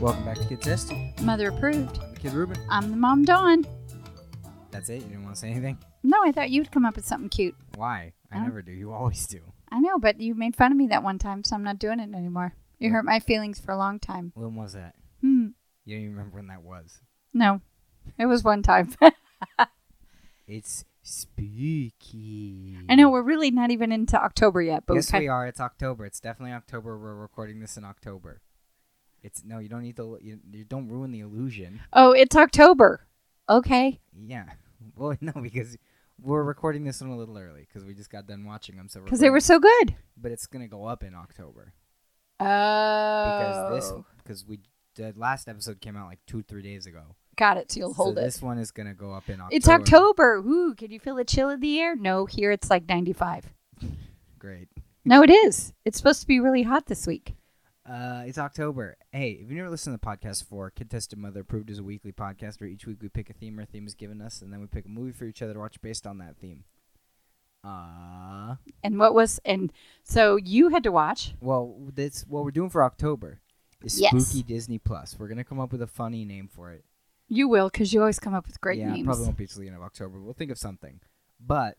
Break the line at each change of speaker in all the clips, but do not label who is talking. Welcome back to Kids Nasty.
Mother approved.
I'm the Kid Ruben.
I'm the mom, Dawn.
That's it. You didn't want to say anything.
No, I thought you'd come up with something cute.
Why? I
Oh.
never do. You always do.
I know, but you made fun of me that one time, so I'm not doing it anymore. You hurt my feelings for a long time.
When was that?
Hmm.
You don't even remember when that was.
No, it was one time.
It's spooky.
I know we're really not even into October yet, but
yes,
we
we
kind
are. It's October. It's definitely October. We're recording this in October. It's no. You don't need to. You, you don't ruin the illusion.
oh, it's October. Okay.
Yeah. Well, no, because we're recording this one a little early because we just got done watching them. So
Because they
recording-
were so good.
But it's gonna go up in October.
Oh.
because this because we the last episode came out like two three days ago.
Got it. So you'll hold
so
it.
This one is gonna go up in October.
It's October. Ooh, can you feel the chill of the air? No, here it's like 95.
Great.
No, it is. It's supposed to be really hot this week.
Uh, it's October. Hey, if you never listened to the podcast before, Kid Tested Mother Approved is a weekly podcast where each week we pick a theme or a theme is given us, and then we pick a movie for each other to watch based on that theme. Uh,
And what was and so you had to watch.
well, that's what we're doing for October. Is
Yes.
Spooky Disney Plus. We're gonna come up with a funny name for it.
You will, because you always come up with great
yeah,
names.
probably won't be till the end of October. We'll think of something. But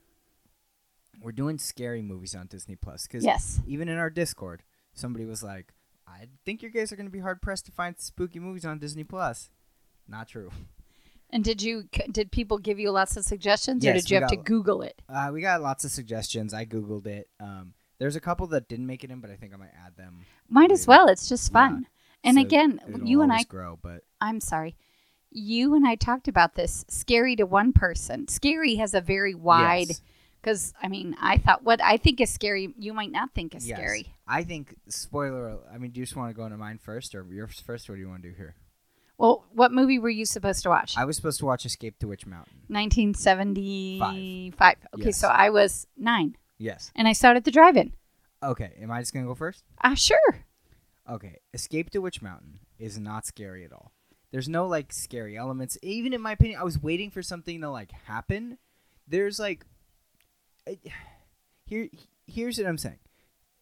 we're doing scary movies on Disney Plus because
Yes.
even in our Discord, somebody was like, "I think you guys are going to be hard pressed to find spooky movies on Disney Plus." Not true.
And did you c- did people give you lots of suggestions, or
Yes,
did you
we
have to
got-
Google it?
Uh, we got lots of suggestions. I googled it. Um, there's a couple that didn't make it in, but I think I might add them.
Might as
Yeah.
well. It's just
Yeah.
fun. And
So
again,
it'll
you and I.
always grow, but
I'm sorry. You and I talked about this. Scary to one person. Scary has a very wide.
Yes.
Because I mean, I thought what I think is scary, you might not think is
Yes.
scary.
I think spoiler. al- I mean, do you just want to go into mine first, or yours first? Or what do you want to do here?
Well, what movie were you supposed to watch?
I was supposed to watch Escape to Witch Mountain.
1975. Okay,
Yes.
so I was nine,
Yes.
and I saw it at the drive-in.
Okay. Am I just gonna go first?
Ah, sure.
Okay, Escape to Witch Mountain is not scary at all. There's no like scary elements. Even in my opinion, I was waiting for something to like happen. There's like I- here here's what I'm saying.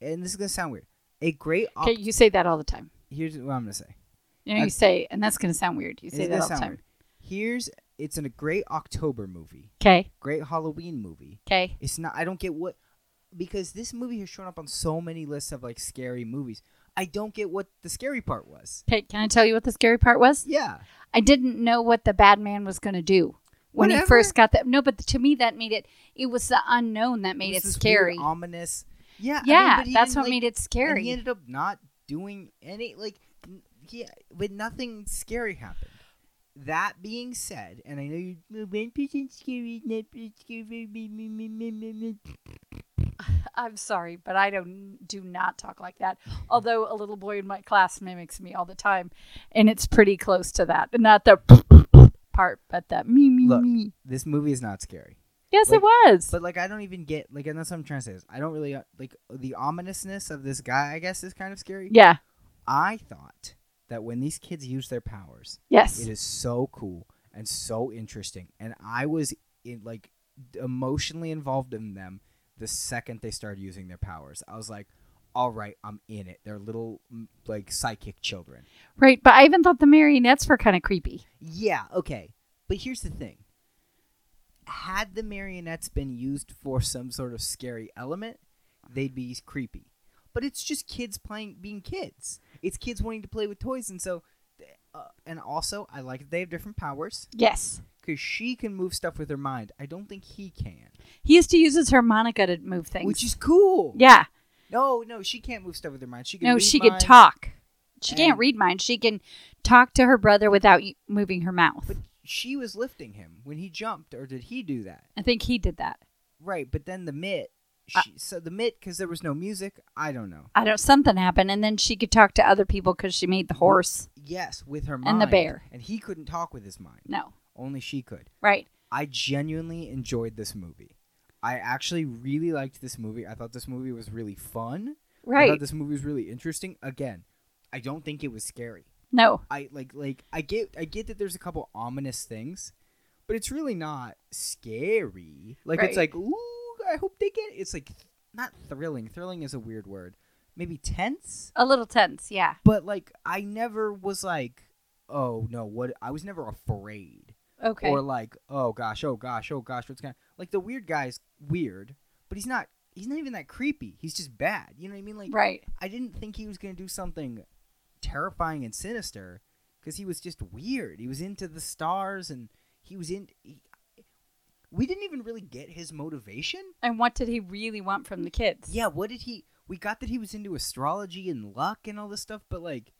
And this is going to sound weird. A great op-
Okay, you say that all the time.
here's what I'm going to say.
You know, you
That's-
say, and that's going to sound weird. You
It's
say that
gonna
all the
sound
time.
weird. Here's it's in a great October movie.
Okay.
Great Halloween movie.
Okay.
It's not. I don't get what because this movie has shown up on so many lists of like scary movies. I don't get what the scary part was.
Okay. Can I tell you what the scary part was?
Yeah.
I didn't know what the bad man was going to do when he
Whatever.
first got that. No, but to me, that made it. It was the unknown that made it
was this
scary.
weird, ominous. Yeah, I mean,
yeah,
but he
that's
didn't,
what
like-
made it
and he
scary.
ended up not doing any like, n- yeah, but nothing scary happened. That being said, and I know you "Oh, "Well, one person scary, not person scary. me, me, me, me, me, me."
I'm sorry, but I don't do not talk like that. Although a little boy in my class mimics me all the time, and it's pretty close to that. Not the part, but the me me
Look.
me.
This movie is not scary,
Yes,
Like-
it was.
but like I don't even get like, and that's what I'm trying to say is I don't really uh, like the ominousness of this guy. I guess is kind of scary.
yeah.
I thought that when these kids use their powers,
Yes.
It is so cool and so interesting, and I was in, like emotionally involved in them the second they started using their powers. I was like, "All right, I'm in it." They're little m- like psychic children.
Right, but I even thought the marionettes were kind of creepy.
Yeah, okay. But here's the thing: had the marionettes been used for some sort of scary element, they'd be creepy. But it's just kids playing, being kids. It's kids wanting to play with toys, and so. Uh, and also, I like that they have different powers.
Yes.
because she can move stuff with her mind. I don't think he can,
He used to use his harmonica to move things.
which is cool.
yeah.
No, no, she can't move stuff with her mind. She can.
No,
read
she could
minds,
talk. She can't
and-
read mine. She can talk to her brother without y- moving her mouth.
But she was lifting him when he jumped, or did he do that?
I think he did that.
Right, but then the mitt. She,
Uh,
so the mitt, because there was no music. I don't know.
I don't. Something happened, and then she could talk to other people because she made the horse.
Yes, with her mind
And the bear.
and he couldn't talk with his mind.
No.
Only she could.
Right.
I genuinely enjoyed this movie. I actually really liked this movie. I thought this movie was really fun. I
Right.
thought this movie was really interesting. Again, I don't think it was scary.
No.
I like like I get I get that there's a couple ominous things, but it's really not scary. Like it's
Right.
like ooh, I hope they get it." it's like th- not thrilling. Thrilling is a weird word, maybe tense.
A little tense, yeah.
But like I never was like, oh no, what? I was never afraid
Okay.
or like, oh gosh, oh gosh, oh gosh, what's going? to Like the weird guy's weird, but he's not. He's not even that creepy. He's just bad. You know what I mean? Like
right.
I didn't think he was going to do something terrifying and sinister because he was just weird. He was into the stars and he was in. He, we didn't even really get his motivation.
And what did he really want from the kids?
Yeah, what did he? We got that he was into astrology and luck and all this stuff, but like,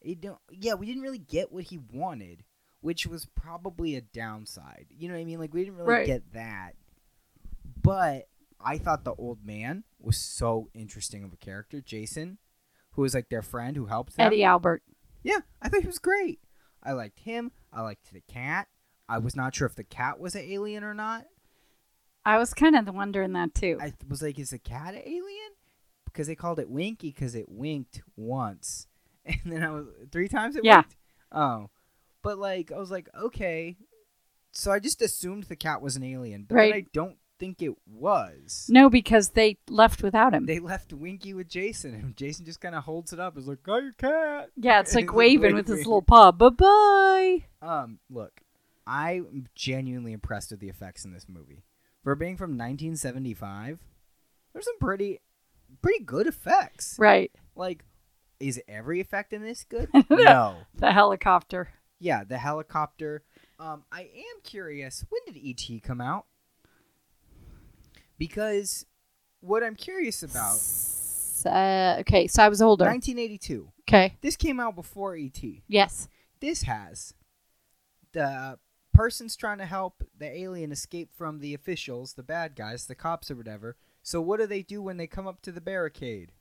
it don't. Yeah, we didn't really get what he wanted, which was probably a downside. You know what I mean? Like we didn't really
Right.
get that. But I thought the old man was so interesting of a character, Jason, who was like their friend who helped them.
Eddie Albert.
Yeah, I thought he was great. I liked him. I liked the cat. I was not sure if the cat was an alien or not.
I was kind of wondering that too.
I th- was like, is the cat an alien? Because they called it Winky because it winked once, and then I was three times it
Yeah.
winked. Oh, but like I was like, okay, so I just assumed the cat was an alien, but then
Right.
I don't think it was.
no, because they left without him.
They left Winky with Jason, and Jason just kind of holds it up. Is like, "Got your cat."
yeah, it's
He's
like
like
waving with his
waving.
little paw. Bye bye.
Um, look, I'm genuinely impressed with the effects in this movie. For being from 1975, there's some pretty, pretty good effects.
Right.
Like, is every effect in this good?
No.
no.
The helicopter.
Yeah, the helicopter. Um, I am curious. When did ET come out? Because what I'm curious about,
S- uh, okay, so I was older.
1982.
okay.
This came out before ET.
Yes.
This has the person's trying to help the alien escape from the officials, the bad guys, the cops or whatever. So what do they do when they come up to the barricade?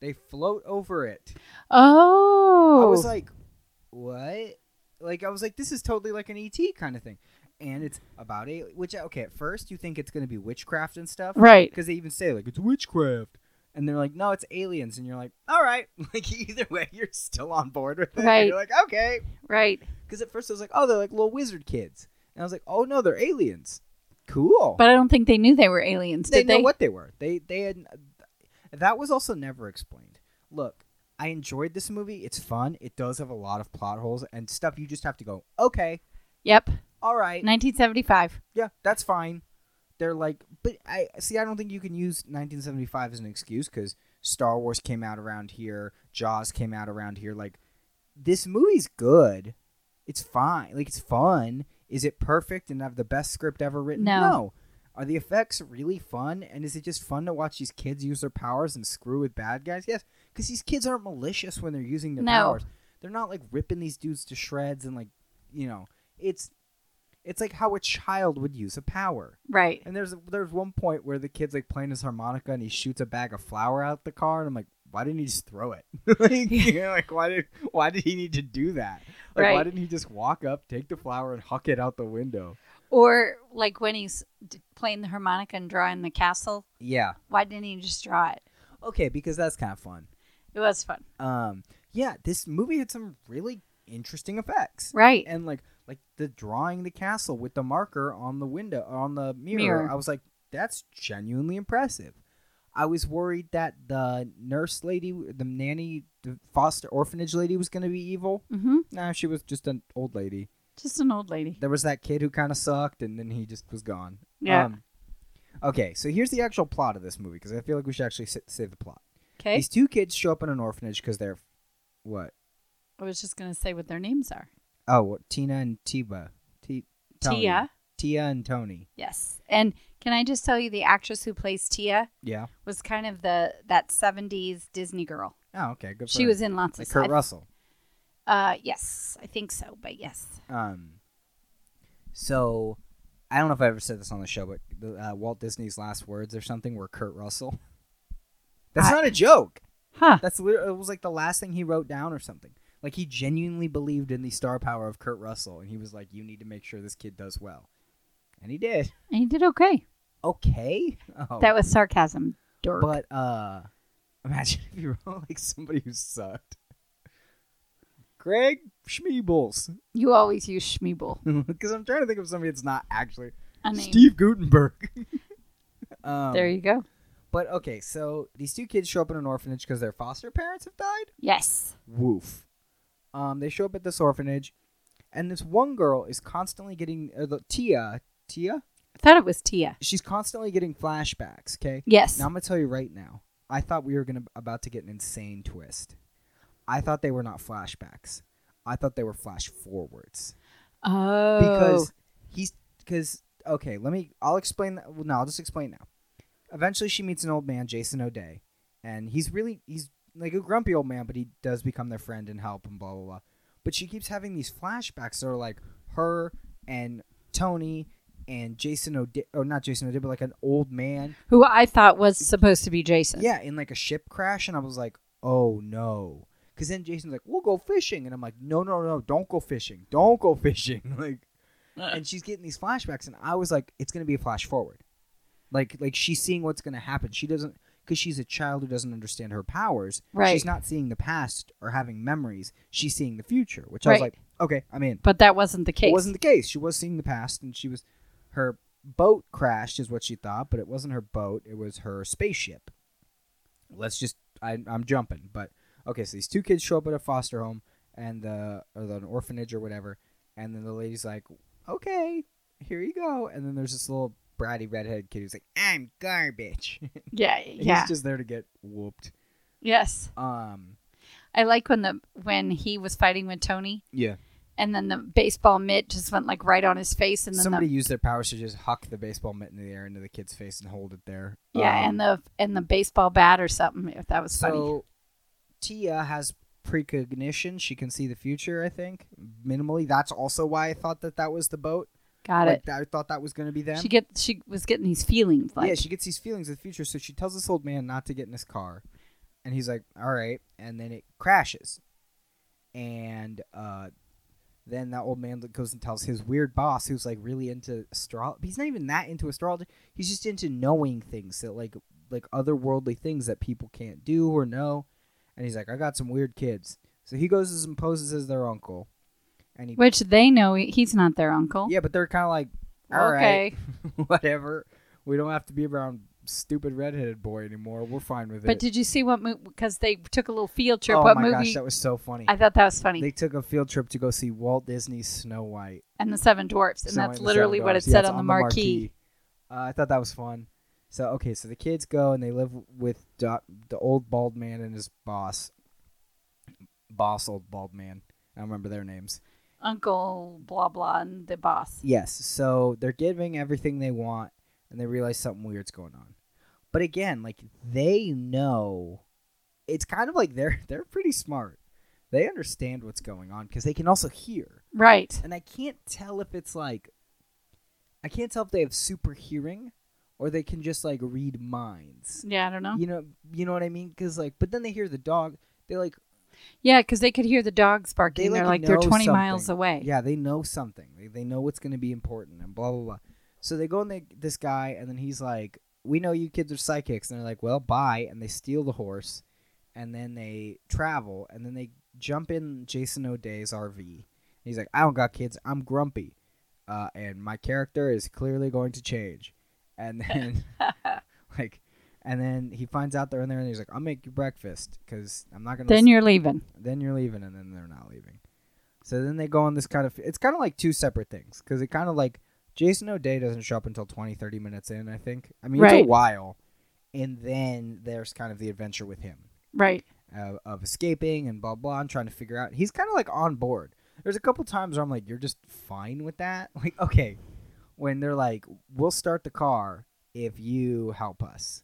They float over it.
Oh.
I was like, what? Like, I was like, this is totally like an ET kind of thing. And it's about a which okay at first you think it's gonna be witchcraft and stuff,
right.
Because they even say like it's witchcraft, and they're like, no, it's aliens, and you're like, all right, like either way, you're still on board with it. And
Right.
You're like, okay,
Right.
because at first I was like, oh, they're like little wizard kids, and I was like, oh no, they're aliens. Cool.
But I don't think they knew they were aliens,
they
did they?
know what they were. They they had that was also never explained. Look, I enjoyed this movie. It's fun. It does have a lot of plot holes and stuff. You just have to go, okay,
Yep.
all right,
1975.
yeah, that's fine. They're like, but I see. I don't think you can use 1975 as an excuse because Star Wars came out around here, Jaws came out around here. Like, this movie's good. It's fine. Like, it's fun. Is it perfect and have the best script ever written?
No.
Are the effects really fun? And is it just fun to watch these kids use their powers and screw with bad guys? Yes, because these kids aren't malicious when they're using their
No.
powers. They're not like ripping these dudes to shreds and like, you know, it's it's like how a child would use a power.
Right.
And there's there's one point where the kid's like playing his harmonica and he shoots a bag of flour out the car, and I'm like, why didn't he just throw it? like, you know, like why did why did he need to do that? Like
Right.
why didn't he just walk up, take the flour, and huck it out the window?
Or like when he's d- playing the harmonica and drawing the castle,
Yeah.
why didn't he just draw it?
Okay, because that's kind of fun.
It was fun.
Um, yeah, this movie had some really interesting effects,
Right.
and like like the drawing the castle with the marker on the window on the mirror,
Mirror.
i was like that's genuinely impressive i was worried that the nurse lady the nanny the foster orphanage lady was going to be evil
Mm-hmm.
nah she was just an old lady
Just an old lady.
there was that kid who kind of sucked and then he just was gone
Yeah.
um, okay so here's the actual plot of this movie because i feel like we should actually sa- save the plot
Okay.
these two kids show up in an orphanage because they're what
I was just gonna say what their names are.
oh what, tina and tiba T- Tony.
Tia.
tia and tony
Yes. And can I just tell you the actress who plays Tia
yeah
was kind of the that seventies Disney girl.
Oh, okay. Good. For
She
her.
was in lots
like
of
Kurt
I-
Russell.
Uh yes, I think so, but yes.
Um, so I don't know if I ever said this on the show, but the, uh, Walt Disney's last words or something were Kurt Russell. That's
I-
not a joke.
Huh.
That's literally, it was like the last thing he wrote down or something. Like he genuinely believed in the star power of Kurt Russell, and he was like, "You need to make sure this kid does well," and he did.
And he did okay.
Okay. Oh.
That was sarcasm. Dork.
but uh, imagine if you wrote like somebody who sucked. Greg Schmeebles.
you always use Schmeeble.
Because I'm trying to think of somebody that's not actually
A name.
Steve Gutenberg. um,
There you go.
But okay, so these two kids show up in an orphanage because their foster parents have died.
Yes.
Woof. Um, they show up at this orphanage, and this one girl is constantly getting uh, the Tia. Tia.
I thought it was Tia.
She's constantly getting flashbacks. Okay.
Yes.
Now I'm gonna tell you right now. I thought we were gonna about to get an insane twist. I thought they were not flashbacks. I thought they were flash forwards
oh.
because he's because okay. Let me. I'll explain. That, well, no, I'll just explain now. Eventually, she meets an old man, Jason O'Day, and he's really he's like a grumpy old man, but he does become their friend and help and blah blah blah. But she keeps having these flashbacks that are like her and Tony and Jason O'Day, or not Jason O'Day, but like an old man
who I thought was supposed to be Jason.
yeah, in like a ship crash, and I was like, oh no. Because then Jason's like, we'll go fishing. And I'm like, no, no, no, don't go fishing. Don't go fishing. like, and she's getting these flashbacks, and I was like, it's going to be a flash forward. Like, like she's seeing what's going to happen. She doesn't, because she's a child who doesn't understand her powers.
Right.
She's not seeing the past or having memories. She's seeing the future, which I was
Right.
like, okay, I'm in.
But that wasn't the case.
It wasn't the case. She was seeing the past, and she was, her boat crashed, is what she thought, but it wasn't her boat. It was her spaceship. Let's just, I, I'm jumping, but okay. So these two kids show up at a foster home and the or the, an orphanage or whatever, and then the lady's like, "Okay, here you go." And then there's this little bratty redhead kid who's like, "I'm garbage."
yeah.
And
Yeah.
He's just there to get whooped.
yes.
Um.
I like when the when he was fighting with Tony
Yeah.
and then the baseball mitt just went like right on his face and then
Somebody used their powers to just huck the baseball mitt into the air into the kid's face and hold it there.
the Yeah,
Um,
and the and the baseball bat or something. If that was funny.
So Tia has precognition. She can see the future, I think, minimally. That's also why I thought that that was the boat.
Got
like,
it.
I thought that was going to be them.
She get she was getting these feelings like
yeah, she gets these feelings of the future, so she tells this old man not to get in his car. And he's like, all right. And then it crashes. And uh, then that old man goes and tells his weird boss, who's like really into astrology. He's not even that into astrology. He's just into knowing things that like like otherworldly things that people can't do or know. And he's like, I got some weird kids. So he goes and poses as their uncle. And he
which they know he- he's not their uncle.
yeah, but they're kind of like, all right
okay.
whatever. We don't have to be around stupid redheaded boy anymore. We're fine with
But
it.
did you see what movie? Because they took a little field trip.
oh
what
my
movie?
gosh, that was so funny.
I thought that was funny.
They took a field trip to go see Walt Disney's Snow White,
and the Seven Dwarfs, and
Snow White
that's
the
literally
Seven
what it
Dwarfs. Yeah,
said
it's
on the marquee.
marquee. Uh, I thought that was fun. So okay, so the kids go and they live with Do- the old bald man and his boss, boss old bald man. I don't remember their names.
Uncle blah blah and the boss.
Yes. So they're giving everything they want, and they realize something weird's going on. But again, like they know, it's kind of like they're they're pretty smart. They understand what's going on because they can also hear.
Right.
And I can't tell if it's like, I can't tell if they have super hearing, or they can just like read minds.
Yeah, I don't know.
You know, you know what I mean? Because like, but then they hear the dog. They like
Yeah, because they could hear the dogs barking.
They,
They, are
like,
like they're
know
twenty miles
something.
away.
Yeah, they know something. They, they know what's going to be important and blah blah blah. So they go and they this guy and then he's like, "We know you kids are psychics." And they're like, "Well, bye." And they steal the horse, and then they travel, and then they jump in Jason O'Day's RV. And he's like, "I don't got kids. I'm grumpy, uh, and my character is clearly going to change." And then like, and then he finds out they're in there, and he's like, "I'll make you breakfast because I'm not gonna."
Then you're leaving.
then you're leaving and then they're not leaving so then they go on this kind of it's kind of like two separate things because it kind of like jason o'day doesn't show up until 20 30 minutes in i think i mean it's
Right.
a while and then there's kind of the adventure with him
Right.
of, of escaping and blah blah and trying to figure out he's kind of like on board there's a couple times where i'm like you're just fine with that like okay when they're like we'll start the car if you help us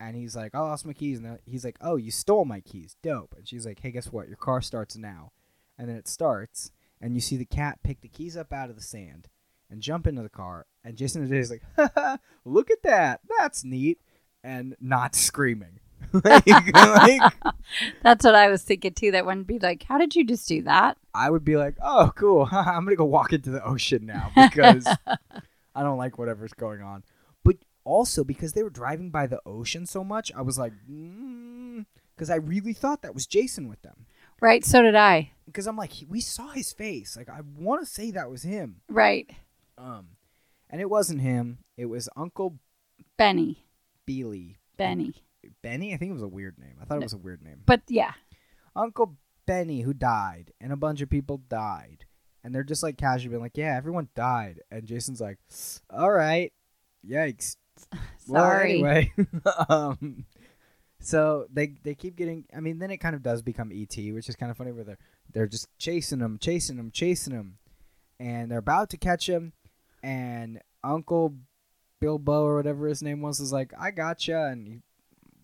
and he's like i lost my keys and they're- he's like oh you stole my keys dope and she's like hey guess what your car starts now and then it starts and you see the cat pick the keys up out of the sand and jump into the car and jason is like look at that that's neat and not screaming like, like
That's what I was thinking too. That one would be like, how did you just do that?
I would be like, oh, cool. I'm going to go walk into the ocean now because I don't like whatever's going on. But also because they were driving by the ocean so much, I was like, because I really thought that was Jason with them.
Right. So did I.
Because I'm like, he- we saw his face. Like, I want to say that was him.
Right.
Um, and it wasn't him. It was Uncle
Benny.
Beely
Benny.
Benny? I think it was a weird name. I thought it
No.
was a weird name.
But yeah,
Uncle Benny who died, and a bunch of people died, and they're just like casually being like, "Yeah, everyone died," and Jason's like, "All right, yikes."
sorry.
Well, anyway, um, so they they keep getting. I mean, then it kind of does become ET, which is kind of funny. Where they're they're just chasing him, chasing him, chasing him, and they're about to catch him, and Uncle Bilbo or whatever his name was is like, "I gotcha," and he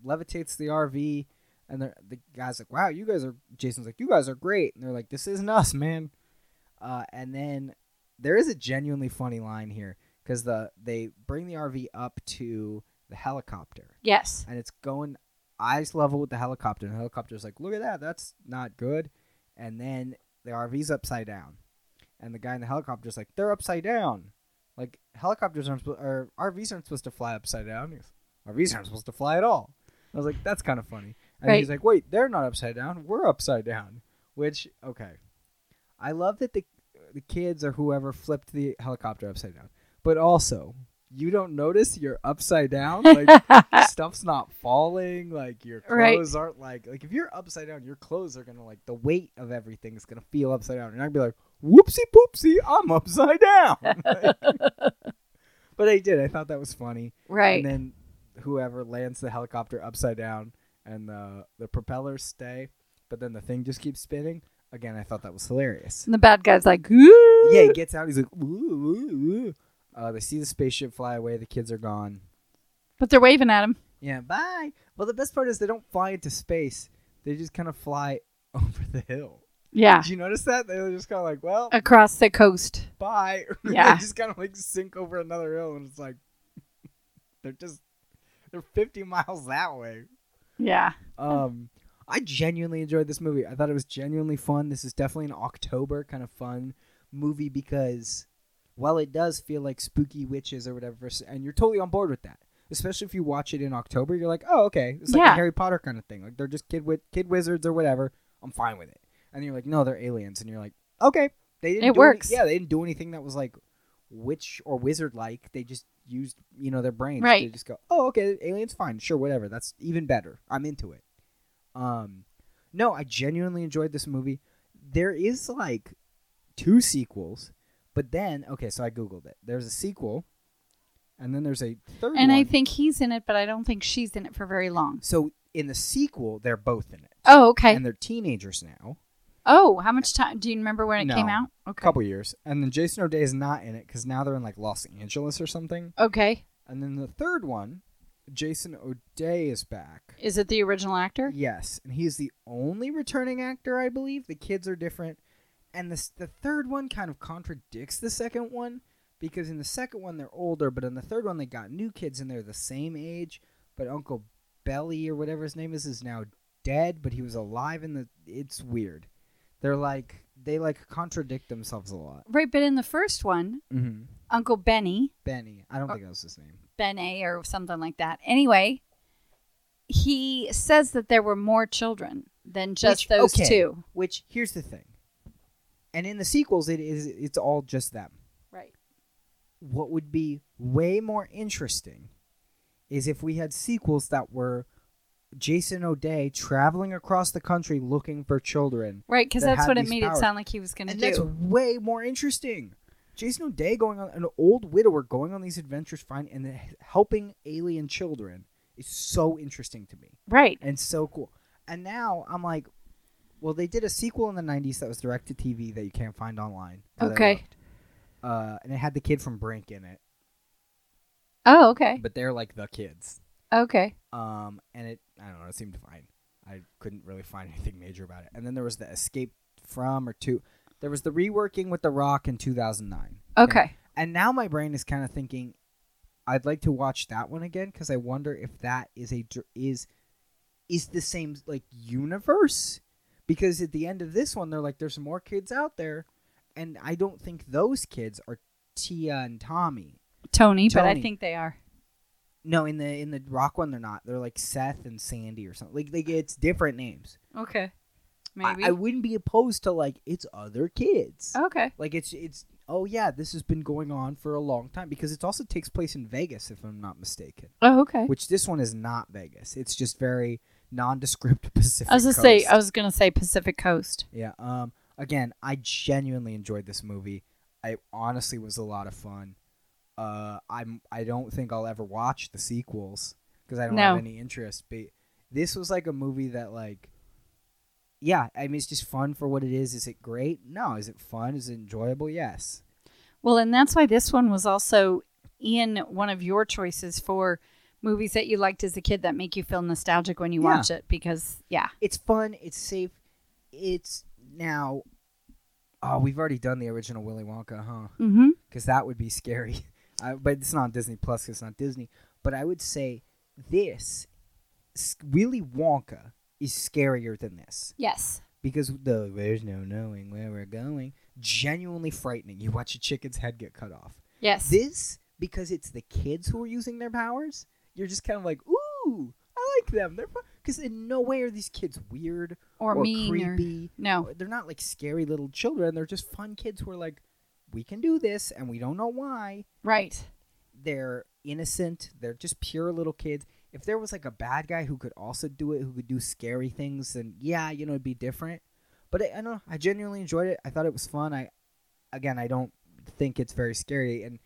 levitates the RV. And they're- the guy's like, "Wow, you guys are." Jason's like, "You guys are great." And they're like, "This isn't us, man." Uh, and then there is a genuinely funny line here because the they bring the RV up to the helicopter
Yes.
and it's going eyes level with the helicopter. And the helicopter's like, "Look at that, that's not good." And then the RV's upside down, and the guy in the helicopter's like, "They're upside down." Like helicopters aren't supposed, or RVs aren't supposed to fly upside down. He goes, RVs aren't supposed to fly at all. I was like, "That's kind of funny." And he's like, "Wait, they're not upside down. We're upside down." Which okay, I love that the the kids or whoever flipped the helicopter upside down, but also you don't notice you're upside down. Like stuff's not falling like your
Uh, Right.
clothes aren't like like if you're upside down your clothes are gonna like the weight of everything is gonna feel upside down and i'd be like whoopsie poopsie i'm upside down but i did i thought that was funny
right.
and then whoever lands the helicopter upside down and the the propellers stay but then the thing just keeps spinning again i thought that was hilarious
And the bad guy's like,
yeah
"Ooh."
he gets out he's like ooh, ooh, ooh. Uh, they see the spaceship fly away the kids are gone
But they're waving at him.
yeah, bye. Well, the best part is they don't fly into space. They just kind of fly over the hill.
Yeah.
Did you notice that? They were just kind of like, well,
Across the coast.
bye.
Yeah.
they just kind of like sink over another hill, and it's like they're just they're 50 miles that way.
Yeah.
Um, I genuinely enjoyed this movie. I thought it was genuinely fun. This is definitely an October kind of fun movie because while it does feel like spooky witches or whatever, and you're totally on board with that. Especially if you watch it in October, you're like, oh, okay, it's like a
Yeah.
Harry Potter kind of thing. Like they're just kid with kid wizards or whatever. I'm fine with it. And you're like, no, they're aliens, and you're like, okay, they didn't.
It
do any-
works.
yeah, they didn't do anything that was like witch or wizard like. They just used you know their brains to
Right.
just go, oh, okay, aliens, fine, sure, whatever. That's even better. I'm into it. Um, no, I genuinely enjoyed this movie. There is like two sequels, but then okay, so I googled it. There's a sequel, and then there's a third.
And
one.
I think he's in it, but I don't think she's in it for very long.
so. In the sequel, they're both in it,
Oh, okay.
and they're teenagers now,
Oh, how much time? Do you remember when it
No.
came out?
a couple years. And then Jason O'Day is not in it because now they're in like Los Angeles or something.
Okay.
And then the third one, Jason O'Day is back.
Is it the original actor?
Yes, and he's the only returning actor, I believe. The kids are different, and the s- the third one kind of contradicts the second one because in the second one they're older, but in the third one they got new kids and they're the same age. But Uncle Belly or whatever his name is is now dead, but he was alive in the. It's weird. They're like they like contradict themselves a lot.
Right, but in the first one,
Mm-hmm.
Uncle Benny,
Benny, I don't think that was his name.
Ben A or something like that. Anyway, he says that there were more children than just
Which-
those
okay.
two.
Which here's the thing, and in the sequels it is it's all just them.
Right.
what would be way more interesting is if we had sequels that were Jason O'Day traveling across the country looking for children.
Right, because
That
that's
had
what it
these
made
powers.
it sound like he was going to
And
do.
that's way more interesting. Jason O'Day going on an old widower going on these adventures find and then helping alien children is so interesting to me
right.
and so cool. And now I'm like, well, they did a sequel in the '90s that was direct to TV that you can't find online. that I
Okay.
looked. Uh, and it had the kid from Brink in it,
Oh, okay.
but they're like the kids.
Okay.
Um, and it I don't know, it seemed fine. I couldn't really find anything major about it. And then there was the escape from or to there was the reworking with The Rock in 2009.
Okay.
And now my brain is kind of thinking I'd like to watch that one again cuz I wonder if that is a dr- is is the same like universe because at the end of this one they're like there's more kids out there and I don't think those kids are Tia and Tommy.
Tony, but I
Tony.
think they are.
No, in the in the rock one, they're not. They're like Seth and Sandy or something. Like they it's different names.
Okay.
I-
Maybe.
I, wouldn't be opposed to like it's other kids.
okay.
Like it's it's oh yeah, this has been going on for a long time because it also takes place in Vegas, if I'm not mistaken.
Oh, okay.
Which this one is not Vegas. It's just very nondescript Pacific.
I was gonna
Coast.
say I was gonna say Pacific Coast.
Yeah. Um. Again, I genuinely enjoyed this movie. I honestly was a lot of fun. Uh, I'm. I don't think I'll ever watch the sequels because I don't have
No.
any interest. But this was like a movie that like. Yeah, I mean, it's just fun for what it is. Is it great? No. Is it fun? Is it enjoyable? Yes.
Well, and that's why this one was also in one of your choices for movies that you liked as a kid that make you feel nostalgic when you
Yeah.
watch it because yeah.
It's fun. It's safe. It's now. Oh, we've already done the original Willy Wonka, huh?
Mm-hmm.
because that would be scary. I, but it's not Disney Plus. 'cause It's not Disney. But I would say this s- Willy Wonka is scarier than this
Yes.
because the there's no knowing where we're going. Genuinely frightening. You watch a chicken's head get cut off.
Yes.
This because it's the kids who are using their powers. You're just kind of like, ooh, I like them. They're because in no way are these kids weird
or,
or,
mean or-
creepy
no.
they're not like scary little children. They're just fun kids who are like, we can do this, and we don't know why.
Right.
They're innocent. They're just pure little kids. If there was like a bad guy who could also do it, who could do scary things, then yeah, you know, it'd be different. But I, I don't know. I genuinely enjoyed it. I thought it was fun. I, again, I don't think it's very scary, and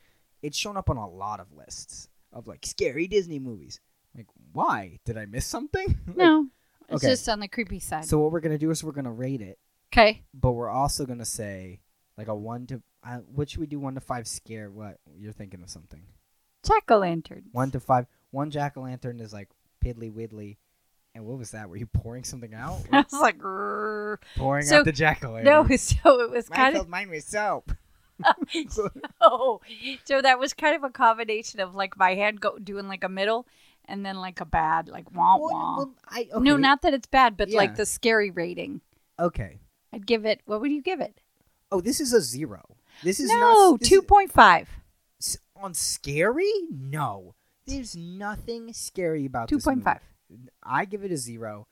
it's shown up on a lot of lists of like scary Disney movies. Like, why did I miss something? Like,
No. It's
okay.
just on the creepy side.
so what we're gonna do is we're gonna rate it
okay.
but we're also gonna say like a one to uh, what should we do one to five scare what you're thinking of something
Jack o' lantern.
one to five one jack-o'-lantern is like piddly widdly and what was that were you pouring something out
I
Like,
was like, "Grrr."
pouring
So-
out the jack-o'-lantern
no. So it was
i
kind of
filled mine with soap
Oh, so that was kind of a combination of like my hand go doing like a middle and then like a bad, like womp
Well,
womp.
well, I, okay.
No, not that it's bad, but
Yeah.
like the scary rating.
okay
I'd give it. What would you give it?
oh this is a zero this is
No,
not this
two point five.
is, on scary no there's nothing scary about
Two
this movie.
point five.
i give it a zero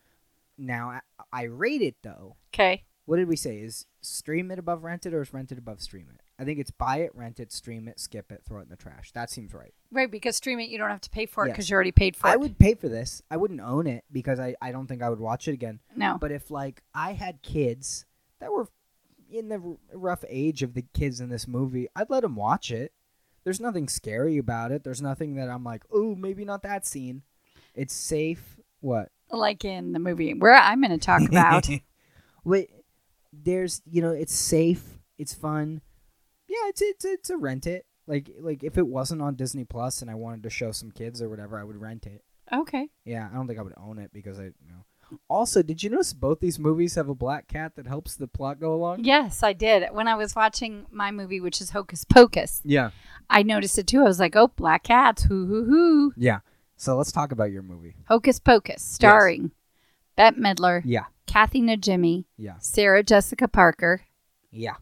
now I, I rate it though
Okay.
what did we say? Is stream it above rent it or is rent it above stream it? I think it's buy it, rent it, stream it, skip it, throw it in the trash. That seems right.
Right, because stream it, you don't have to pay for it
Yes.
because you already paid for it.
I would pay for this. I wouldn't own it because I, I don't think I would watch it again.
no.
But if like I had kids that were in the r- rough age of the kids in this movie, I'd let them watch it. There's nothing scary about it. There's nothing that I'm like, oh, maybe not that scene. It's safe. What?
Like in the movie where I'm going to talk about.
Wait, there's you know it's safe, it's fun. Yeah, it's it's it's a rent it. Like like if it wasn't on Disney Plus and I wanted to show some kids or whatever, I would rent it.
okay.
Yeah, I don't think I would own it because I you know. Also, did you notice both these movies have a black cat that helps the plot go along?
Yes, I did. When I was watching my movie, which is Hocus Pocus,
Yeah,
I noticed it too. I was like, oh, black cats, hoo hoo hoo.
yeah. So let's talk about your movie.
Hocus Pocus, starring Bette Midler,
Yeah,
Kathy Najimy,
yeah,
Sarah Jessica Parker.
yeah.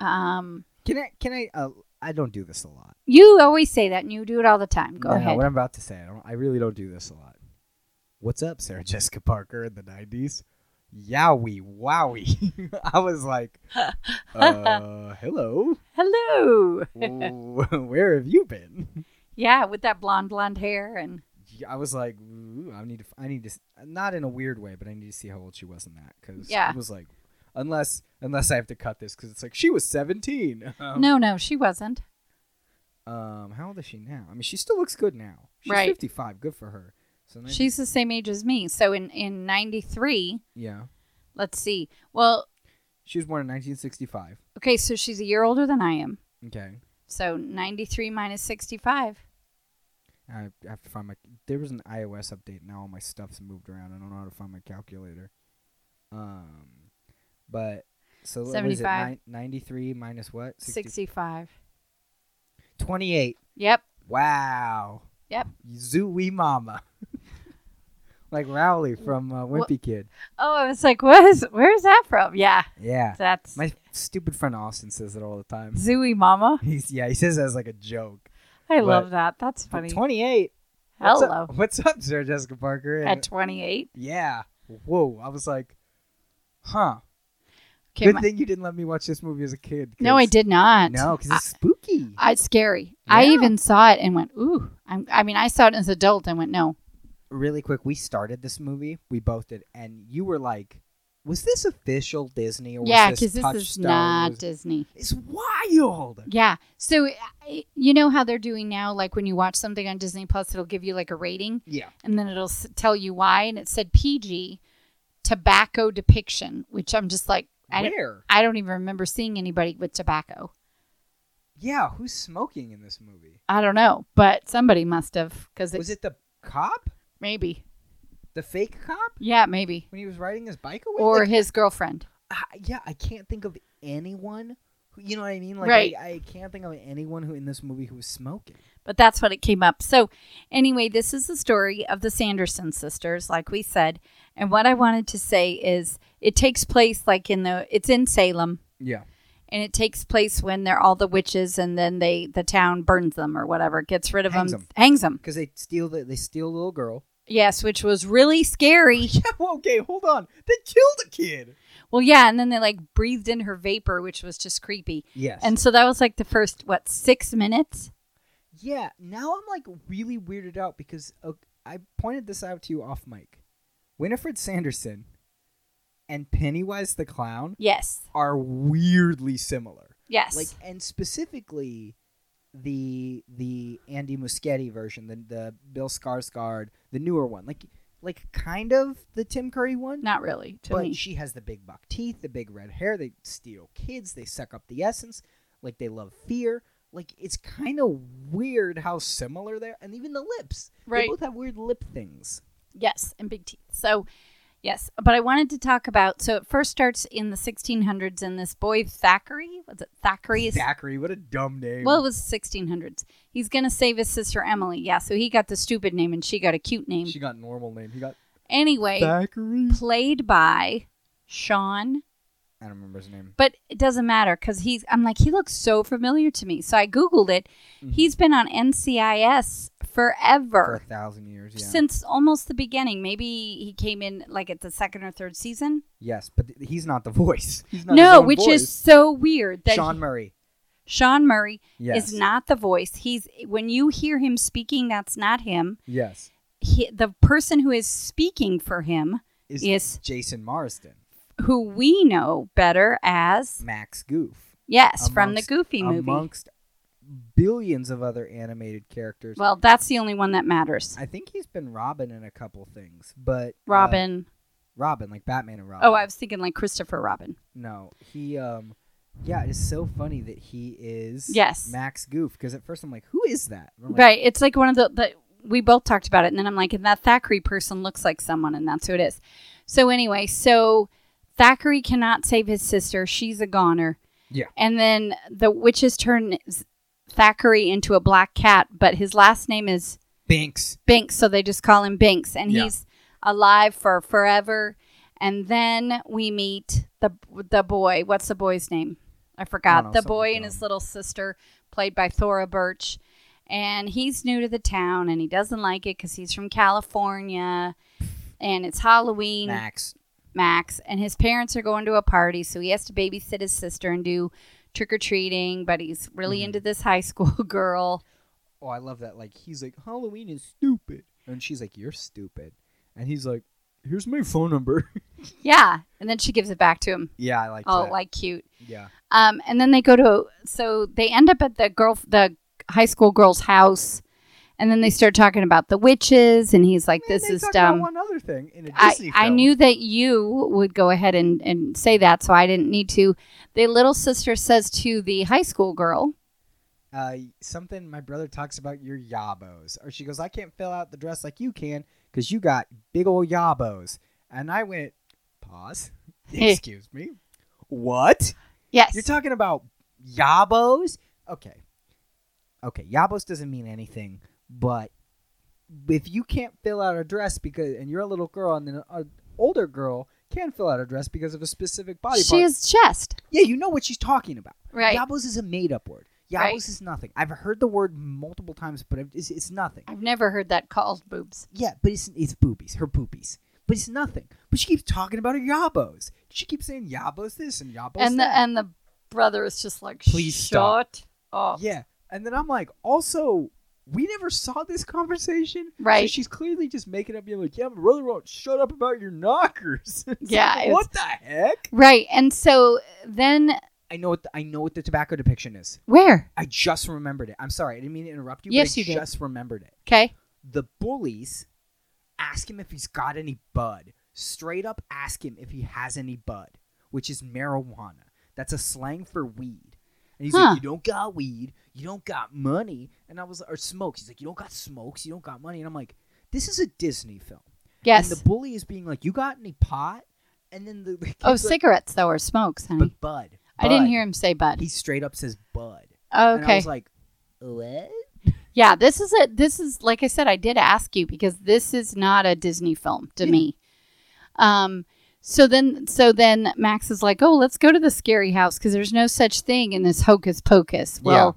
Um,
Can I can I? Uh, I don't do this a lot.
you always say that, and you do it all the time. Go
No,
ahead.
What I'm about to say, I, don't, I really don't do this a lot. What's up, Sarah Jessica Parker in the '90s? Yowie, wowie. I was like, uh, hello.
Hello.
W- Where have you been?
Yeah, with that blonde blonde hair, and
I was like, ooh, I need to. I need to. s- Not in a weird way, but I need to see how old she was in that because
Yeah.
it was like, unless unless I have to cut this because it's like she was 17. Um,
no, no, she wasn't.
Um, how old is she now? I mean, she still looks good now. She's
Right.
55. Good for her. So maybe-
She's the same age as me. So in in '93,
yeah.
let's see. Well,
She was born in 1965.
okay, so she's a year older than I am.
Okay.
So '93 minus '65.
I have to find my. There was an iOS update. Now all my stuff's moved around. I don't know how to find my calculator. Um, but so what was it?
75.
Nine, 93 minus what? 60
65.
28.
Yep.
Wow.
Yep.
Zooey mama. like Rowley from uh, Wimpy
Wha-
Kid.
Oh, I was like, what is? Where is that from? Yeah,
Yeah.
that's
My stupid friend Austin says it all the time.
Zooey Mama.
He's yeah. He says it as like a joke.
I
But-
love that. That's
But
funny.
28. What's
Hello.
up, what's up, Sarah Jessica Parker? And-
At 28.
Yeah. Whoa. I was like, huh.
Okay,
Good
my-
thing you didn't let me watch this movie as a kid.
no, I
'cause-
did not.
No, because it's spooky.
I, it's scary. I
Yeah.
even saw it and went, ooh. I'm, I mean, I saw it as an adult and went, no.
really quick, we started this movie. We both did, and you were like, "Was this official Disney or
Yeah,
was
because
this
this
Touchstone?"
is not
Was-
Disney.
It's wild.
Yeah. So I- you know how they're doing now, like when you watch something on Disney Plus, it'll give you like a rating,
Yeah,
and then it'll s- tell you why. And it said PG, tobacco depiction, which I'm just like, I don't,
where?
I don't even remember seeing anybody with tobacco.
Yeah, who's smoking in this movie?
I don't know, but somebody must have because it,
Was it the cop,
maybe,
the fake cop,
yeah, maybe,
when he was riding his bike away?
or
Like,
his girlfriend.
I- yeah, I can't think of anyone. Who, you know what I mean? Like,
Right.
I, I can't think of anyone who in this movie who was smoking.
but that's what it came up. So, anyway, this is the story of the Sanderson sisters, like we said. And what I wanted to say is it takes place like in the, it's in Salem,
Yeah,
and it takes place when they're all the witches, and then they, the town burns them or whatever, gets rid of
Hangs
them,
'em.
hangs them.
because they steal the they steal the little girl.
Yes, which was really scary.
Yeah, well, okay, hold on. They killed a kid.
Well, yeah, and then they like breathed in her vapor, which was just creepy.
Yes,
And so that was like the first, what, six minutes?
Yeah, now I'm like really weirded out because uh, I pointed this out to you off mic. Winifred Sanderson and Pennywise the Clown
Yes,
are weirdly similar.
yes.
Like, and specifically the the Andy Muschietti version, the the Bill Skarsgård, the newer one, like like kind of the Tim Curry one,
Not really to
but
me.
she has the big buck teeth, the big red hair. They steal kids. They suck up the essence. Like they love fear. Like it's kind of weird how similar they are, and even the lips. They
Right.
both have weird lip things.
Yes, and big teeth. So, yes, but I wanted to talk about. So it first starts in the 1600s, and this boy Thackeray was it Thackeray? Is,
Zachary, what a dumb name.
well, it was 1600s. He's gonna save his sister Emily. Yeah, so he got the stupid name, and she got a cute name.
she got normal name. He got
Anyway,
Zachary.
played by Sean,
I don't remember his name.
but it doesn't matter because he's. I'm like he looks so familiar to me, so I googled it.
Mhm.
He's been on NCIS
For a
forever.
thousand years, yeah.
Since almost the beginning, maybe he came in like at the second or third season.
yes, but th- he's not the voice. He's not his
no,
own
which is
voice.
so weird that
Sean
he-
Murray.
Sean Murray
Yes.
is not the voice. He's when you hear him speaking, that's not him.
Yes.
He, the person who is speaking for him,
Is
Yes.
Jason Marsden,
who we know better as
Max Goof.
yes, from the
Amongst-
Goofy movie.
amongst billions of other animated characters.
Well, that's the only one that matters.
I uh, think he's been Robin in a couple things, but uh,
Robin.
Robin, like Batman and Robin.
oh, I was thinking like Christopher Robin.
no, he, um, yeah, it's so funny that he is
Yes.
Max Goof because at first I'm like, who is that? And I'm like,
Right. It's like one of the, the we both talked about it, and then I'm like, and that Thackeray person looks like someone, and that's who it is. So anyway, so Thackeray cannot save his sister; she's a goner.
Yeah.
And then the witches turn Thackeray into a black cat, but his last name is
Binks.
Binks, so they just call him Binks, and
Yeah.
he's alive for forever. And then we meet the the boy. What's the boy's name? I forgot.
know,
the
something
boy and
dumb.
his little sister, played by Thora Birch, and he's new to the town, and he doesn't like it because he's from California, and it's Halloween.
Max.
Max, and his parents are going to a party, so he has to babysit his sister and do trick or treating. But he's really
Mhm.
into this high school girl.
Oh, I love that. Like, he's like, Halloween is stupid. And she's like, you're stupid. And he's like, here's my phone number.
Yeah, and then she gives it back to him.
yeah, I like
Oh,
that.
like cute.
yeah.
Um, and then they go to so they end up at the girl the high school girl's house, and then they start talking about the witches, and he's like,
Man,
"This
they
is
talk about
dumb."
one other thing in a
I,
Disney
I
film.
knew that you would go ahead and, and say that, so I didn't need to. The little sister says to the high school girl,
uh, something my brother talks about your yabos. Or she goes, I can't fill out the dress like you can because you got big old yabos. And I went, pause.
Hey.
Excuse me. What?
Yes.
You're talking about yabos? Okay. Okay, yabos doesn't mean anything, but if you can't fill out a dress because, and you're a little girl and then an older girl can fill out a dress because of a specific body
she
part,
is chest.
yeah, you know what she's talking about.
Right.
Yabos is a made up word. Yabos
Right.
is nothing. I've heard the word multiple times, but I've- it's, it's nothing.
I've never heard that called boobs.
Yeah, but it's, it's boobies, her boobies. But it's nothing. But she keeps talking about her yabos. She keeps saying Yabos this and Yabos
and the
that.
and the brother is just like,
Please stop.
shut up.
yeah. And then I'm like, also, we never saw this conversation. So
Right.
she's clearly just making up being like, yeah, my brother won't shut up about your knockers. It's
Yeah,
like,
it's-
what the heck?
Right. And so then
I know what the, I know what the tobacco depiction is.
where?
I just remembered it. I'm sorry, I didn't mean to interrupt you,
Yes,
but I
you did.
just remembered it.
Okay.
the bullies ask him if he's got any bud. Straight up ask him if he has any bud, which is marijuana. That's a slang for weed. And he's
Huh.
like, You don't got weed, you don't got money. And I was or smokes. He's like, You don't got smokes, you don't got money. And I'm like, This is a Disney film.
Yes.
And the bully is being like, You got any pot? And then the, the kid's
oh,
like,
cigarettes though or smokes, honey.
But bud.
I didn't
bud."
hear him say bud.
He straight up says bud. And I
okay.
was like, What?
yeah, this is a this is like I said I did ask you because this is not a Disney film to
Yeah.
me. Um so then so then Max is like, "Oh, let's go to the scary house because there's no such thing in this hocus pocus." Well,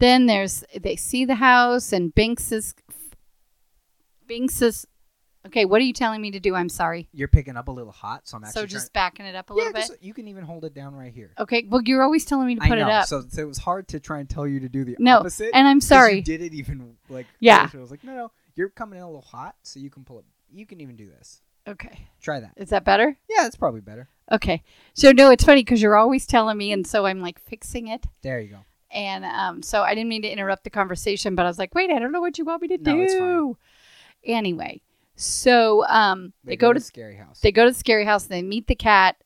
then there's they see the house and Binks is Binks is Okay, what are you telling me to do? I'm sorry.
You're picking up a little hot, so I'm actually
So
trying-
just backing it up a little bit.
just- you can even hold it down right here.
Okay, well you're always telling me to put
I know.
it up.
So, so it was hard to try and tell you to do the
No,
opposite.
and I'm
'cause
sorry.
You did it even like
Yeah.
I was like, no, no, you're coming in a little hot, so you can pull it. You can even do this.
Okay.
Try that.
Is that better?
Yeah, that's probably better.
Okay. So no, it's funny because you're always telling me, and so I'm like fixing it.
There you go.
And um, so I didn't mean to interrupt the conversation, but I was like, wait, I don't know what you want me to
No,
do.
it's fine.
Anyway, so um, they, go, to
scary house.
they go to the scary house and they meet the cat.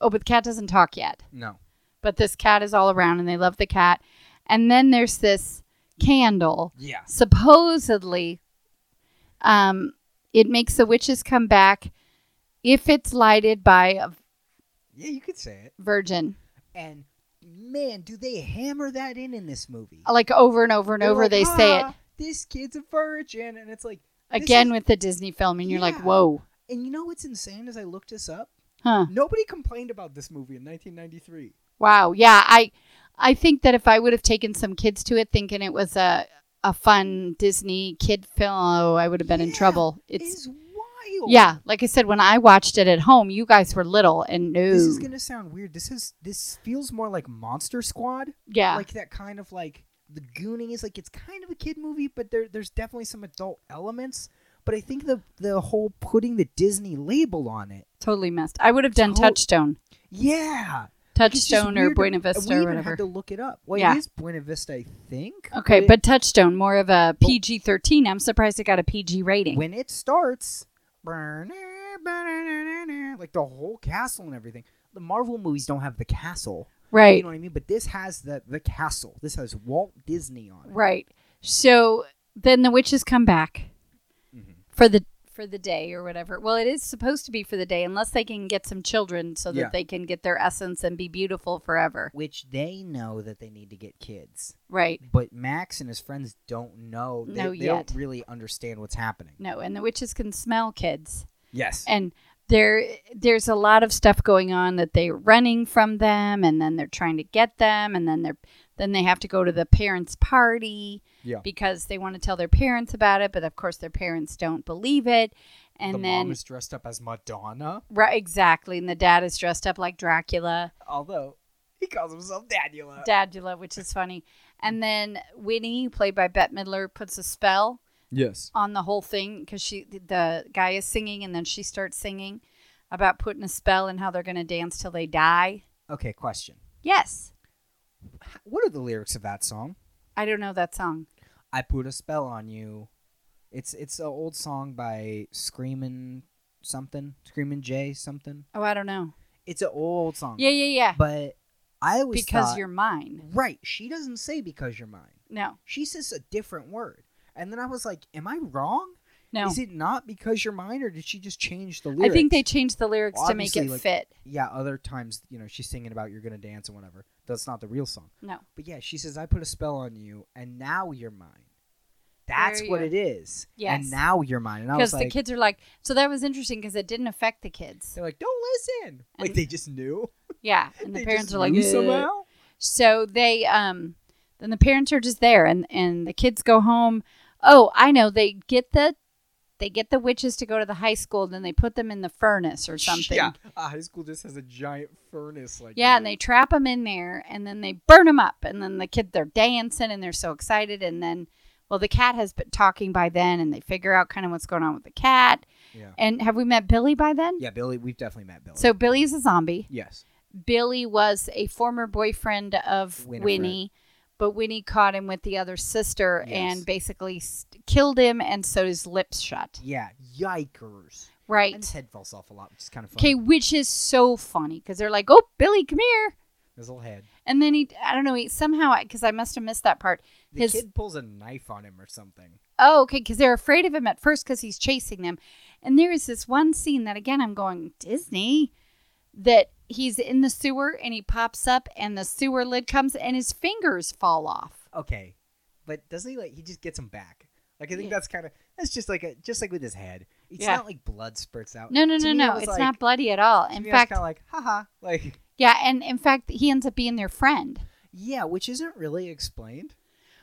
Oh, but the cat doesn't talk yet.
no.
But this cat is all around, and they love the cat. And then there's this candle.
Yeah.
Supposedly, um, it makes the witches come back if it's lighted by a
Yeah, you could say it.
virgin.
And man, do they hammer that in in this movie?
like over and over and
They're
over
like,
they say it
"Ah, This kid's a virgin, and it's like this
again
is-
with the disney film and you're like
Yeah.
whoa
and you know what's insane? As I looked this up,
huh
nobody complained about this movie in 1993.
wow yeah i i think that if i would have taken some kids to it thinking it was a a fun disney kid film oh i would have been in
Yeah,
trouble
It
it's
is wild.
yeah like i said when i watched it at home you guys were little and no
This is gonna sound weird. This is this feels more like Monster Squad,
yeah
like that kind of like the Goonies. Like it's kind of a kid movie, but there there's definitely some adult elements. But I think the the whole putting the Disney label on it,
totally missed i would have done
To-
touchstone
yeah, Like, it's just
touchstone or
weird to-
buena
and
vista
we
or
even
whatever
Had to look it up. Well,
Yeah.
it is Buena Vista, I think.
okay
it-
but touchstone more of a pg-13 i'm surprised it got a pg rating
when it starts, like the whole castle and everything. The Marvel movies don't have the castle. You
right
know what I mean? But this has the the castle. This has Walt Disney on it.
Right. So then the witches come back
Mhm.
for the for the day or whatever. Well, it is supposed to be for the day unless they can get some children so that
Yeah.
they can get their essence and be beautiful forever.
Which they know that they need to get kids,
Right.
but Max and his friends don't know. They,
No,
they don't
yet.
really understand what's happening.
No, and the witches can smell kids.
Yes.
And there there's a lot of stuff going on that they're running from them and then they're trying to get them and then they're then they have to go to the parents' party
yeah.
because they want to tell their parents about it, but of course their parents don't believe it. And
the
then
mom is dressed up as Madonna,
Right, exactly. And the dad is dressed up like Dracula,
although he calls himself Dadula.
Dadula, which is funny. And then Winnie, played by Bette Midler, puts a spell
yes.
on the whole thing because she, the guy is singing, and then she starts singing about putting a spell and how they're going to dance till they die.
Okay. Question:
Yes,
H- What are the lyrics of that song?
I don't know that song.
I put a spell on you. It's it's an old song by Screamin' something, Screamin' Jay something.
Oh, I don't know.
It's an old song.
Yeah, yeah, yeah.
But I always
Because
thought-
you're mine.
right. She doesn't say because you're mine.
No,
She says a different word. And then I was like, am I wrong?
no.
Is it not because you're mine, or did she just change the
I
lyrics?
think they changed the lyrics to
Obviously,
make it
like-
fit.
Yeah, other times, you know, she's singing about you're gonna dance and whatever. That's not the real song.
No.
But yeah, she says, I put a spell on you, and now you're mine. That's
There
what
you-
it is.
Yes.
And now you're mine. And I
Because
was
the
like,
kids are like, so that was interesting because it didn't affect the kids.
they're like, don't listen. Like
And-
they just knew.
Yeah, and the
They
parents
just
are like,
knew
"Ugh."
somehow.
So they um then the parents are just there and and the kids go home. Oh, I know, they get the They get the witches to go to the high school, then they put them in the furnace or something.
Yeah, uh, high school just has a giant furnace like.
Yeah, and they trap them in there, and then they burn them up, and then the kid they're dancing and they're so excited, and then well, the cat has been talking by then, and they figure out kind of what's going on with the cat.
Yeah.
And have we met Billy by then?
Yeah, Billy. We've definitely met Billy.
So Billy's a zombie.
yes,
Billy was a former boyfriend of
Winifred.
Winnie, but Winnie caught him with the other sister
Yes.
and basically s killed him and sewed his lips shut.
yeah, yikers.
Right.
And his head falls off a lot, which is kind of funny.
Okay, which is so funny because they're like, "Oh, Billy, come here,"
His little head.
and then he—I don't know—he somehow because I must have missed that part.
The
His-
kid pulls a knife on him or something.
Oh, okay, because they're afraid of him at first because he's chasing them, and there is this one scene that again I'm going Disney that he's in the sewer and he pops up and the sewer lid comes and his fingers fall off.
Okay, but doesn't he like? He just gets him back. Like I think
Yeah.
that's kind of that's just like a just like with his head. It's
Yeah.
not like blood spurts out.
No, no,
To me,
no,
it
no.
was
It's
like-
not bloody at all.
to
In
me,
fact,
kind of like haha, like
yeah, and in fact, he ends up being their friend.
yeah, which isn't really explained.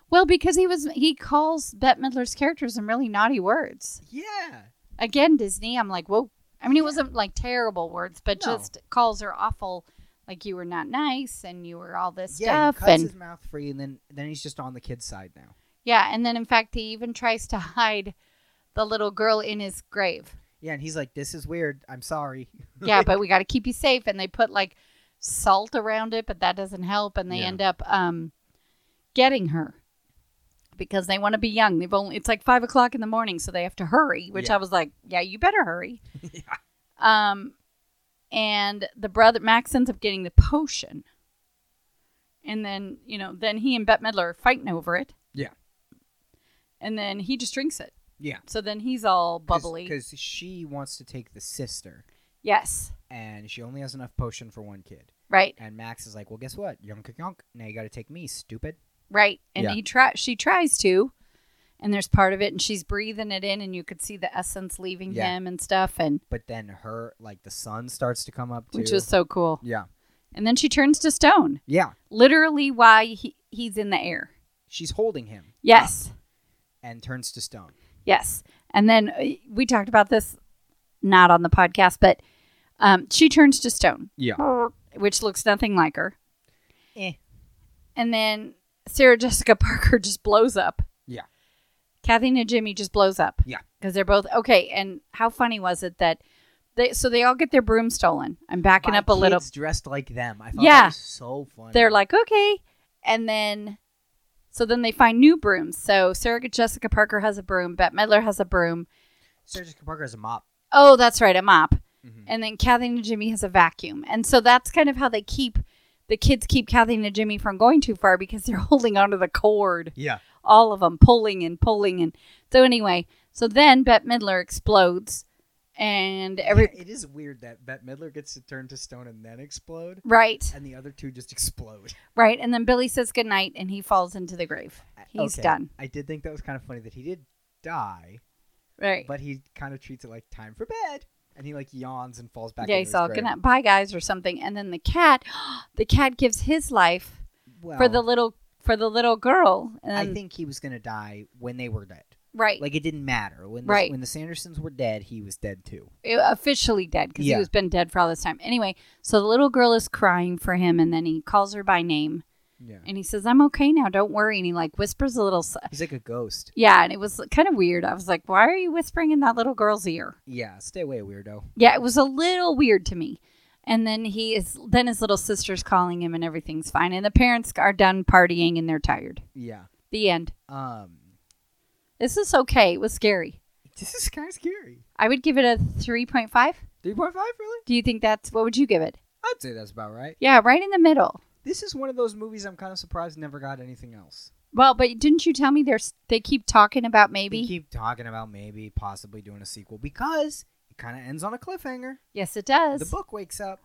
Well, because he was he calls Bette Midler's character some really naughty words.
Yeah,
Again, Disney. I'm like, whoa. I mean, it wasn't like terrible words, but
No.
just calls her awful, like you were not nice and you were all this
yeah. He
stuff
cuts
and
his mouth free, and then then he's just on the kid's side now.
yeah. And then in fact, he even tries to hide the little girl in his grave.
Yeah, and he's like, "This is weird. I'm sorry."
yeah, but we got to keep you safe. And they put like salt around it, but that doesn't help. And they
Yeah.
end up um, getting her because they want to be young. They've only it's like five o'clock in the morning, so they have to hurry. Which
Yeah.
I was like, yeah, you better hurry.
yeah.
Um, and the brother Max ends up getting the potion, and then you know, then he and Bette Midler are fighting over it.
Yeah.
And then he just drinks it.
Yeah.
So then he's all bubbly.
because she wants to take the sister,
yes.
and she only has enough potion for one kid.
Right.
And Max is like, "Well, guess what? Yonk yonk. Now you got to take me, stupid."
Right. And
Yeah.
he try she tries to and there's part of it and she's breathing it in and you could see the essence leaving
Yeah.
him and stuff and
But then her like the sun starts to come up too.
which was so cool.
yeah,
And then she turns to stone.
yeah.
Literally why he, he's in the air.
She's holding him.
Yes.
and turns to stone.
Yes. And then uh, we talked about this not on the podcast, but um, she turns to stone,
Yeah.
which looks nothing like her.
Eh.
And then Sarah Jessica Parker just blows up.
Yeah.
Kathy and Jimmy just blows up.
Yeah.
Because they're both okay. And how funny was it that they so they all get their broom stolen. I'm backing
By
up a little.
kids dressed like them. I thought
Yeah.
that was so funny.
They're like, okay. And then so then they find new brooms. So Sarah Jessica Parker has a broom. Bette Midler has a broom.
Sarah Jessica Parker has a mop.
Oh, that's right, a mop.
Mhm.
And then Kathy and Jimmy has a vacuum. And so that's kind of how they keep the kids keep Kathy and Jimmy from going too far because they're holding onto the cord.
Yeah.
all of them pulling and pulling and so anyway so then bette midler explodes and every right,
Yeah, it is weird that Bette Midler gets to turn to stone and then explode,
right
and the other two just explode.
and then billy says goodnight and he falls into the grave he's
Okay.
done
I did think that was kind of funny that he did die,
right
but he kind of treats it like time for bed, and he like yawns and falls back.
yeah
into
he's
his
all
grave.
goodnight bye guys or something and then the cat the cat gives his life
Well,
for the little for the little girl and
Oh. I think he was gonna die when they were dead.
right
Like it didn't matter when the,
Right.
when the Sandersons were dead, he was dead too.
eh, officially dead because
Yeah.
he was been dead for all this time anyway so the little girl is crying for him and then he calls her by name
Yeah,
and he says i'm okay now don't worry and he like whispers a little s-
he's like a ghost.
Yeah, and it was kind of weird. I was like, why are you whispering in that little girl's ear?
Yeah, stay away, weirdo.
Yeah, it was a little weird to me. And then he is then his little sister's calling him and everything's fine. And the parents are done partying and they're tired.
Yeah.
The end.
Um,
This is okay. It was scary.
this is kind of scary.
I would give it a 3.5.
Three point five, really?
Do you think that's what would you give it?
I'd say that's about right.
Yeah, right in the middle.
This is one of those movies I'm kind of surprised never got anything else.
Well, but didn't you tell me there's they keep talking about maybe?
They keep talking about maybe possibly doing a sequel because it kind of ends on a cliffhanger.
yes, it
The
does.
book wakes up.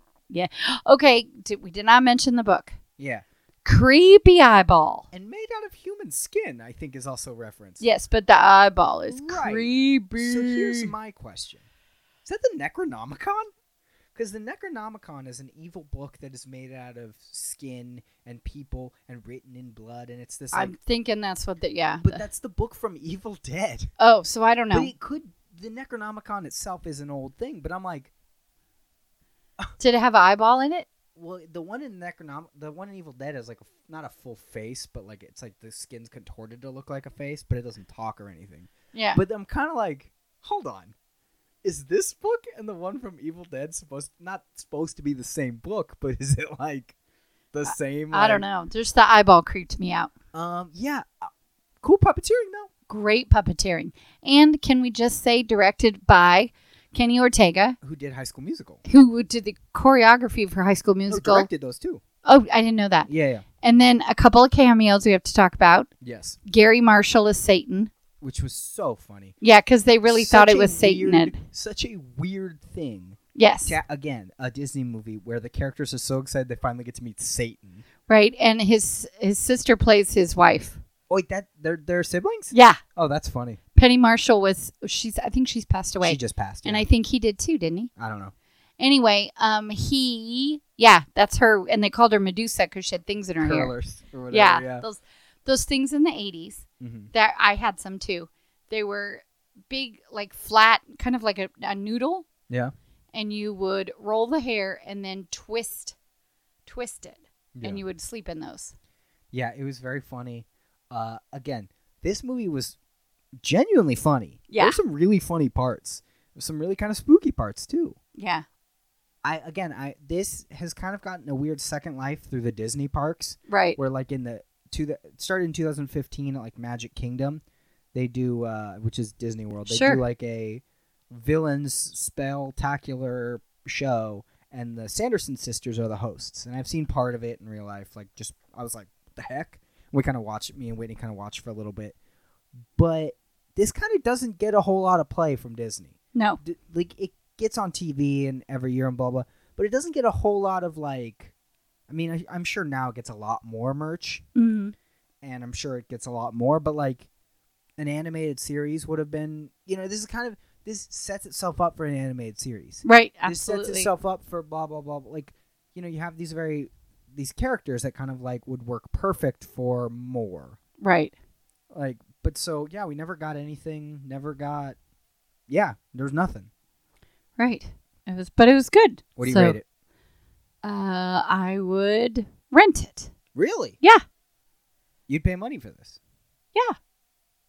Okay, did, we did not mention the book.
Yeah,
Creepy eyeball.
and made out of human skin, I think is also referenced.
Yes, but the eyeball is
Right.
creepy.
So here's my question: Is that the Necronomicon? Because the Necronomicon is an evil book that is made out of skin and people and written in blood, and it's this like.
I'm thinking that's what the yeah.
but
the-
that's the book from Evil Dead.
oh, so I don't know.
But it could the Necronomicon itself is an old thing, but I'm like,
Did it have an eyeball in it?
well, the one in Necronom, the one in Evil Dead is like a, f- not a full face, but like it's like the skin's contorted to look like a face, but it doesn't talk or anything.
Yeah.
But I'm kind of like, hold on, is this book and the one from Evil Dead supposed not supposed to be the same book? But is it like the same?
I don't
like-
know. Just the eyeball creeped me out.
Um, yeah, uh, cool puppeteering though.
Great puppeteering. And can we just say directed by Kenny Ortega,
Who did High School Musical?
who did the choreography for High School
Who
Musical.
directed those too?
oh, I didn't know that.
Yeah, yeah,
And then a couple of cameos we have to talk about.
yes.
Gary Marshall as Satan.
Which was so funny.
Yeah, because they really thought
Such
it
a
was Satan.
weird-
And,
Such a weird thing.
yes.
Ta- again, a Disney movie where the characters are so excited they finally get to meet Satan.
Right. And his his sister plays his wife.
Oh, wait, that they're they're siblings?
Yeah.
Oh, that's funny.
Penny Marshall was she's I think she's passed away.
She just passed.
and
yeah.
I think he did too, didn't he?
I don't know.
Anyway, um he yeah, that's her and they called her Medusa cuz she had things in her hair.
Curlers or whatever.
yeah,
Yeah.
Those those things in the 80s
Mhm.
that I had some too. They were big like flat kind of like a, a noodle
Yeah.
and you would roll the hair and then twist twist it
Yeah.
and you would sleep in those.
yeah, it was very funny. Uh, again, this movie was genuinely funny.
Yeah.
There's some really funny parts. Some really kind of spooky parts too.
Yeah.
I again, I this has kind of gotten a weird second life through the Disney parks.
Right.
where like in the to the it started in 2015 at like Magic Kingdom, they do uh which is Disney World. They
Sure.
do like a villains spectacular show, and the Sanderson sisters are the hosts. And I've seen part of it in real life. Like just I was like, what the heck? We kind of watched me and Whitney kind of watched for a little bit, but this kind of doesn't get a whole lot of play from Disney.
No.
D- like it gets on TV and every year and blah blah, but it doesn't get a whole lot of like. I mean, I, I'm sure now it gets a lot more merch,
Mm-hmm.
and I'm sure it gets a lot more. But like, an animated series would have been, you know, this is kind of this sets itself up for an animated series.
Right.
This sets
Absolutely.
itself up for blah blah blah. Like, you know, you have these very these characters that kind of like would work perfect for more.
right.
Like, but so yeah, we never got anything. Never got. Yeah, there's nothing.
Right. It was but it was good.
What do you
So,
rate it?
Uh I would rent it.
Really?
Yeah.
You'd pay money for this?
Yeah.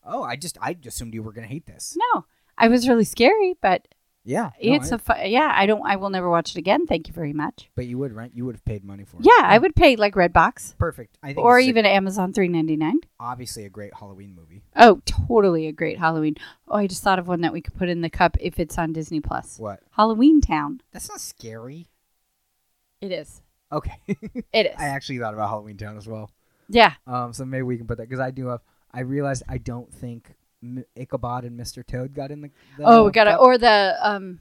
Oh, I just I assumed you were gonna hate this.
No. I was really scary, but
Yeah.
it's a fu- yeah, I don't I will never watch it again. Thank you very much.
But you would rent. You would have paid money for it.
Yeah, I would pay like Redbox
Perfect. I think
or
this is a-
even Amazon 3.99.
obviously a great Halloween movie.
Oh, totally a great Halloween. Oh, I just thought of one that we could put in the cup if it's on Disney Plus.
What?
Halloween Town.
That's not scary.
It is.
Okay.
It is.
I actually thought about Halloween Town as well.
yeah.
Um, so maybe we can put that because I do have. I realized I don't think M- Ichabod and Mr. Toad got in the. the
oh, we got to
cup.
or the um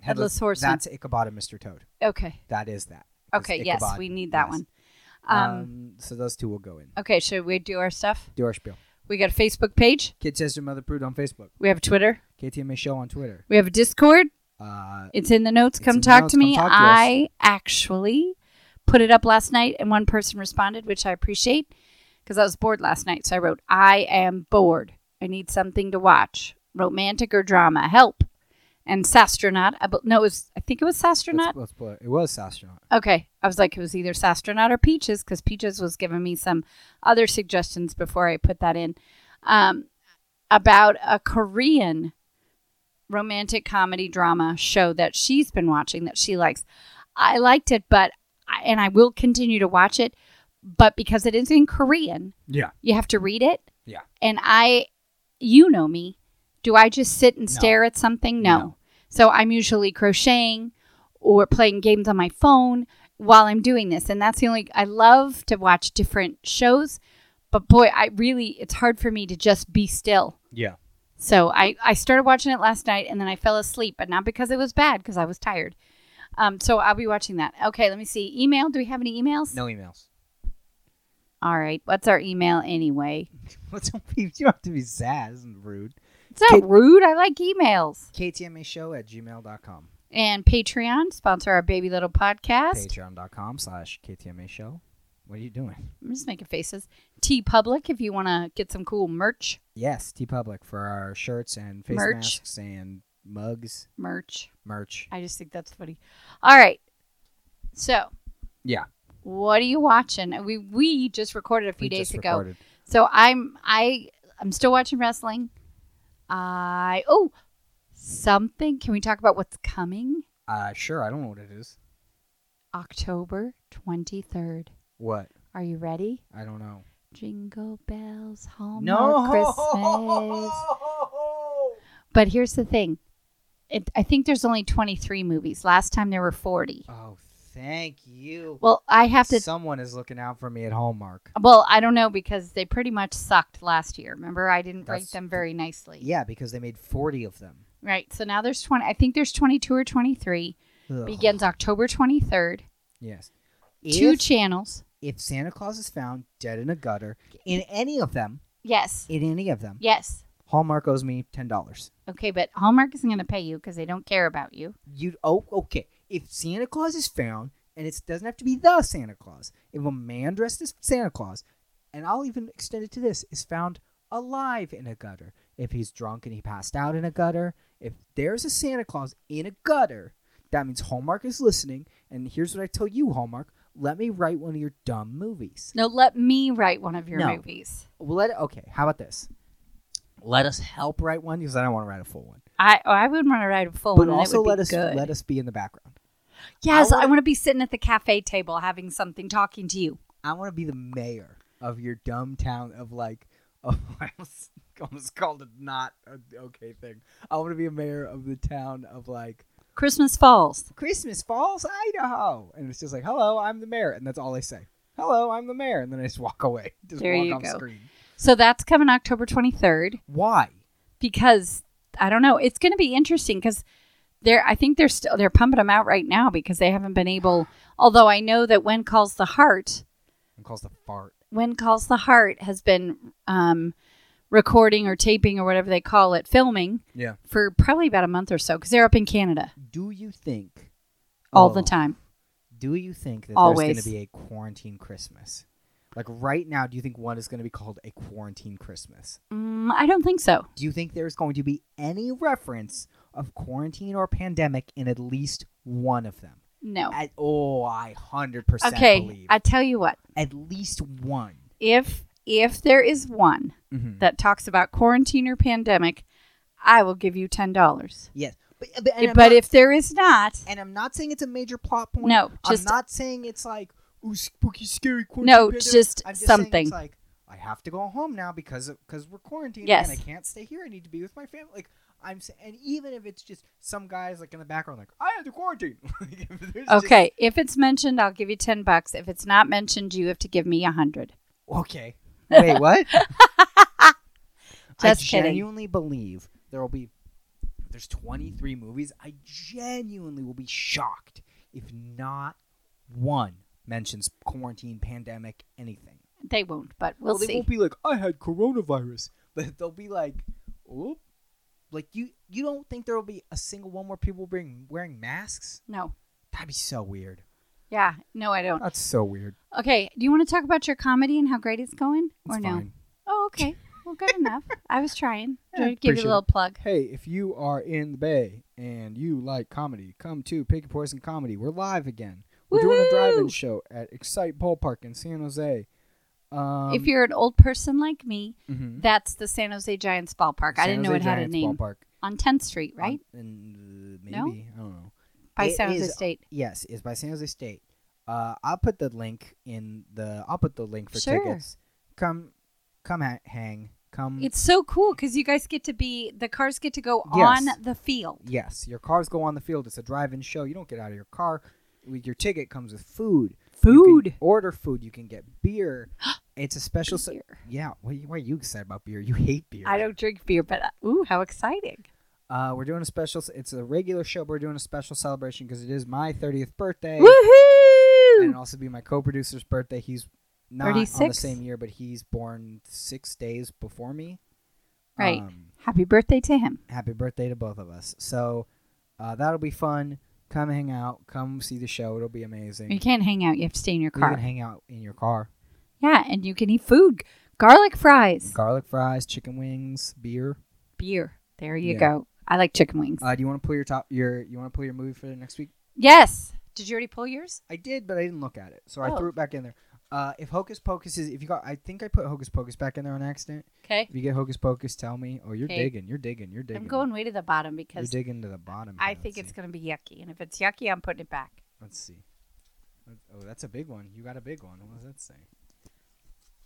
Headless Horseman.
That's Ichabod and Mr. Toad.
okay.
That is that. It's
Okay, yes,
Ichabod,
we need that
yes.
one. Um,
Um, so those two will go in.
okay, should we do our stuff?
Do our spiel.
We got a Facebook page,
Kid says to Mother Prude on Facebook.
we have Twitter,
KTMA Show on Twitter.
we have a Discord.
Uh,
It's in the notes.
It's
Come
in the
talk
notes.
to
Come
me.
talk to us.
I actually put it up last night, and one person responded, which I appreciate because I was bored last night. So I wrote, "I am bored. I need something to watch, romantic or drama. Help!" And Sastronaut. I, bu- no, it was. I think it was Sastronaut.
let's, let's put, it was Sastronaut.
Okay, I was like, it was either Sastronaut or Peaches because Peaches was giving me some other suggestions before I put that in um, about a Korean romantic comedy drama show that she's been watching that she likes. I liked it, but I- and I will continue to watch it, but because it is in Korean,
Yeah.
you have to read it.
Yeah.
And I, you know me, do I just sit and
No.
stare at something? No.
No.
So I'm usually crocheting or playing games on my phone while I'm doing this. And that's the only, I love to watch different shows, but boy, I really, it's hard for me to just be still.
Yeah.
So I, I started watching it last night and then I fell asleep, but not because it was bad, because I was tired. Um, so I'll be watching that. Okay, let me see. Email. Do we have any emails?
No emails.
All right. What's our email anyway?
Let's don't be, you don't have to be sad. This isn't rude.
It's not
Kid-
rude. I like emails.
KTMA Show at gmail.com.
And Patreon, sponsor our baby little podcast.
Patreon.com slash KTMA Show. What are you doing?
I'm just making faces. T Public, if you want to get some cool merch,
Yes, T Public for our shirts and face
Merch.
masks and mugs,
merch.
merch.
I just think that's funny. All right. So,
Yeah.
what are you watching? We we just recorded a few
we
days
just
ago.
recorded.
So I'm I I'm still watching wrestling. I oh something. Can we talk about what's coming
Uh, sure. I don't know what it is.
October 23rd?
What?
Are you ready?
I don't know.
Jingle bells, Hallmark Oh, Christmas. But here's the thing. It, I think there's only 23 movies. Last time there were 40.
Oh, thank you.
Well, I have to Oh,
Someone is looking out for me at Hallmark.
Well, I don't know because they pretty much sucked last year. Remember, I didn't rate
That's-
them very nicely.
Yeah, because they made 40 of them.
Right. So now there's 20. I think there's 22 or 23.
Ugh.
Begins October 23rd.
Yes.
Two
If,
channels.
if Santa Claus is found dead in a gutter, in any of them,
Yes.
in any of them,
Yes.
Hallmark owes me $10.
Okay, but Hallmark isn't going to pay you because they don't care about you.
You oh okay. If Santa Claus is found, and it doesn't have to be the Santa Claus. If a man dressed as Santa Claus, and I'll even extend it to this, is found alive in a gutter. If he's drunk and he passed out in a gutter, if there's a Santa Claus in a gutter, that means Hallmark is listening. And here's what I tell you, Hallmark: let me write one of your dumb movies.
No, let me write one of your
No.
movies.
Well, let okay. How about this? Let us help write one because I don't want to write a full one.
I oh, I would want to write a full
But
one.
also
and it would
let
be
us
good.
let us be in the background.
yes,
I
I
wanna-
want to be sitting at the cafe table having something, talking to you.
I want to be the mayor of your dumb town of like. Oh, I almost, almost called it not a okay thing. I want to be a mayor of the town of like
Christmas Falls.
Christmas Falls, Idaho, and it's just like, "Hello, I'm the mayor," and that's all I say. "Hello, I'm the mayor," and then I just walk away. Just
There
walk
you
off
go.
screen.
So that's coming October 23rd.
Why?
because I don't know. It's going to be interesting because they're. I think they're still they're pumping them out right now because they haven't been able. Although I know that when calls the heart,
And calls the fart.
when calls the heart has been um, recording or taping or whatever they call it, filming
Yeah.
for probably about a month or so because they're up in Canada
Do you think?
all
Oh,
the time.
Do you think that
Always.
there's going to be a quarantine Christmas? Like right now, do you think one is going to be called a quarantine Christmas?
Mm, I don't think so.
Do you think there's going to be any reference of quarantine or pandemic in at least one of them?
No.
At, oh, I 100%
Okay.
believe.
I tell you what.
at least one.
If if there is one
Mm-hmm.
that talks about quarantine or pandemic, I will give you ten dollars.
Yes. But, but, and I'm
But
not,
if there is not,
and I'm not saying it's a major plot point.
No, just-
I'm not saying it's like, ooh, spooky, scary quarantine.
No,
pandemic."
just
I'm just Saying
something.
it's like, I have to go home now because because we're quarantined
Yes.
and I can't stay here. I need to be with my family. Like I'm, sa- and even if it's just some guys like in the background, like I had to quarantine. Like, if there's just-
Okay, if it's mentioned, I'll give you ten bucks. If it's not mentioned, you have to give me a hundred.
Okay. Wait, what? I
Just kidding.
genuinely believe there will be if there's 23 movies. I genuinely will be shocked if not one mentions quarantine, pandemic, anything.
They won't, but we'll,
Well, they
see.
won't be like I had coronavirus, but they'll be like, "Oop." Like you you don't think there will be a single one where people bring wearing masks?
no,
That'd be so weird.
yeah, no, I don't.
That's so weird.
Okay, do you want to talk about your comedy and how great it's going,
It's
or no?
fine.
Oh, okay. Well, good enough. I was trying.
Yeah,
to give you
appreciate
a little plug.
Hey, if you are in the Bay and you like comedy, come to Pick Your Poison Comedy. We're live again. We're doing a drive-in
Woohoo!
show at Excite Ballpark in San Jose. Um,
if you're an old person like me,
mhm.
that's the San Jose Giants ballpark. I
San
didn't know
Jose
it had
Giants
a name
Ballpark,
on 10th Street, right?
Um, and, uh,
No?
maybe I don't know.
By
it
San Jose
is- uh,
State.
Yes, it's by San Jose State. Uh, I'll put the link in the. I'll put the link for
Sure.
tickets. Come, come ha- hang. Come.
It's so cool because you guys get to be the cars get to go
Yes.
on the field.
yes, your cars go on the field. It's a drive-in show. You don't get out of your car. Your ticket comes with food. You can
Food.
order food. You can get beer. It's a special. se-
Beer.
yeah. What, why are you excited about beer? You hate beer.
I don't drink beer, but uh, ooh, how exciting!
Uh, we're doing a special. s- It's a regular show, but we're doing a special celebration because it is my 30th birthday. And
Woohoo!
it'll also be my co-producer's birthday. He's not on the
36?
same year, but he's born six days before me.
Right.
Um,
Happy birthday to him.
happy birthday to both of us. So uh, that'll be fun. Come hang out. Come see the show. It'll be amazing.
You can't hang out. You have to stay in your
We
car.
can hang out in your car.
yeah, and you can eat food. Garlic fries.
Garlic fries, chicken wings, beer.
Beer. There you
Yeah.
go. I like chicken wings.
Uh, do you want to pull your top your you want to pull your movie for the next week?
yes. Did you already pull yours?
I did, but I didn't look at it, so I
Oh.
threw it back in there. Uh, if Hocus Pocus is if you got, I think I put Hocus Pocus back in there on accident.
Okay.
If you get Hocus Pocus, tell me. Oh, you're
Okay.
digging, you're digging, you're digging.
I'm going way to the bottom
You're
because
digging to the bottom.
I
here.
think
Let's
it's
see.
going to be yucky. And if it's yucky, I'm putting it back.
Let's see. Let- Oh, that's a big one. You got a big one. What does that say?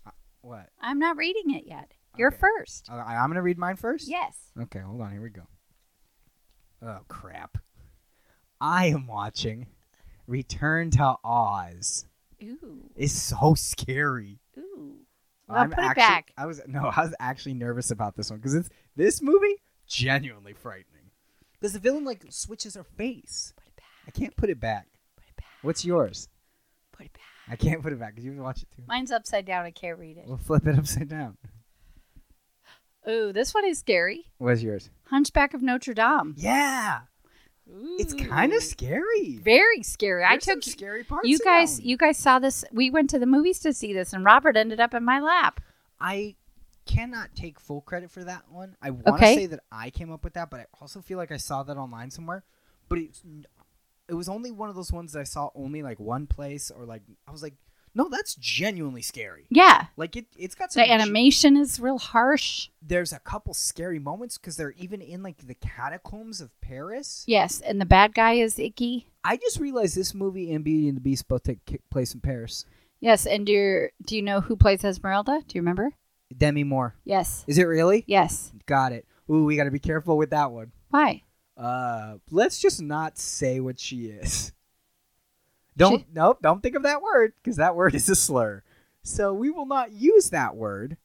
Uh, what?
I'm not reading it yet. You're
Okay.
first.
Uh, I, I'm gonna read mine first.
Yes.
Okay, hold on. Here we go. Oh crap! I am watching Return to Oz.
Ooh.
It's so scary.
Ooh. Well, put it
actually,
back.
I was no, I was actually nervous about this one because it's this movie genuinely frightening. Because the villain like switches her face.
Put it
I
back.
can't put it back.
Put it back.
What's yours?
Put it back.
I can't put it back because you have to watch it too.
Mine's upside down. I can't read it.
We'll flip it upside down.
Ooh, this one is scary.
What's yours?
Hunchback of Notre Dame.
Yeah, it's kind
Ooh.
of scary.
very scary. I
There's some
took
scary parts.
you
in that
guys.
one.
You guys saw this. We went to the movies to see this, and Robert ended up in my lap.
I cannot take full credit for that one. I want to
Okay.
say that I came up with that, but I also feel like I saw that online somewhere. But it's, n- it was only one of those ones that I saw only like one place or like I was like, no, that's genuinely scary.
Yeah,
Like it, it's got some.
the
ge-
animation is real harsh.
There's a couple scary moments because they're even in like the catacombs of Paris.
Yes, and the bad guy is icky.
I just realized this movie and Beauty and the Beast both take kick place in Paris.
Yes, and do you do you know who plays Esmeralda? Do you remember?
Demi Moore.
Yes,
Is it really?
yes.
Got it. Ooh, we got to be careful with that one.
Why?
Uh, let's just not say what she is. Don't nope, don't think of that word because that word is a slur. So we will not use that word.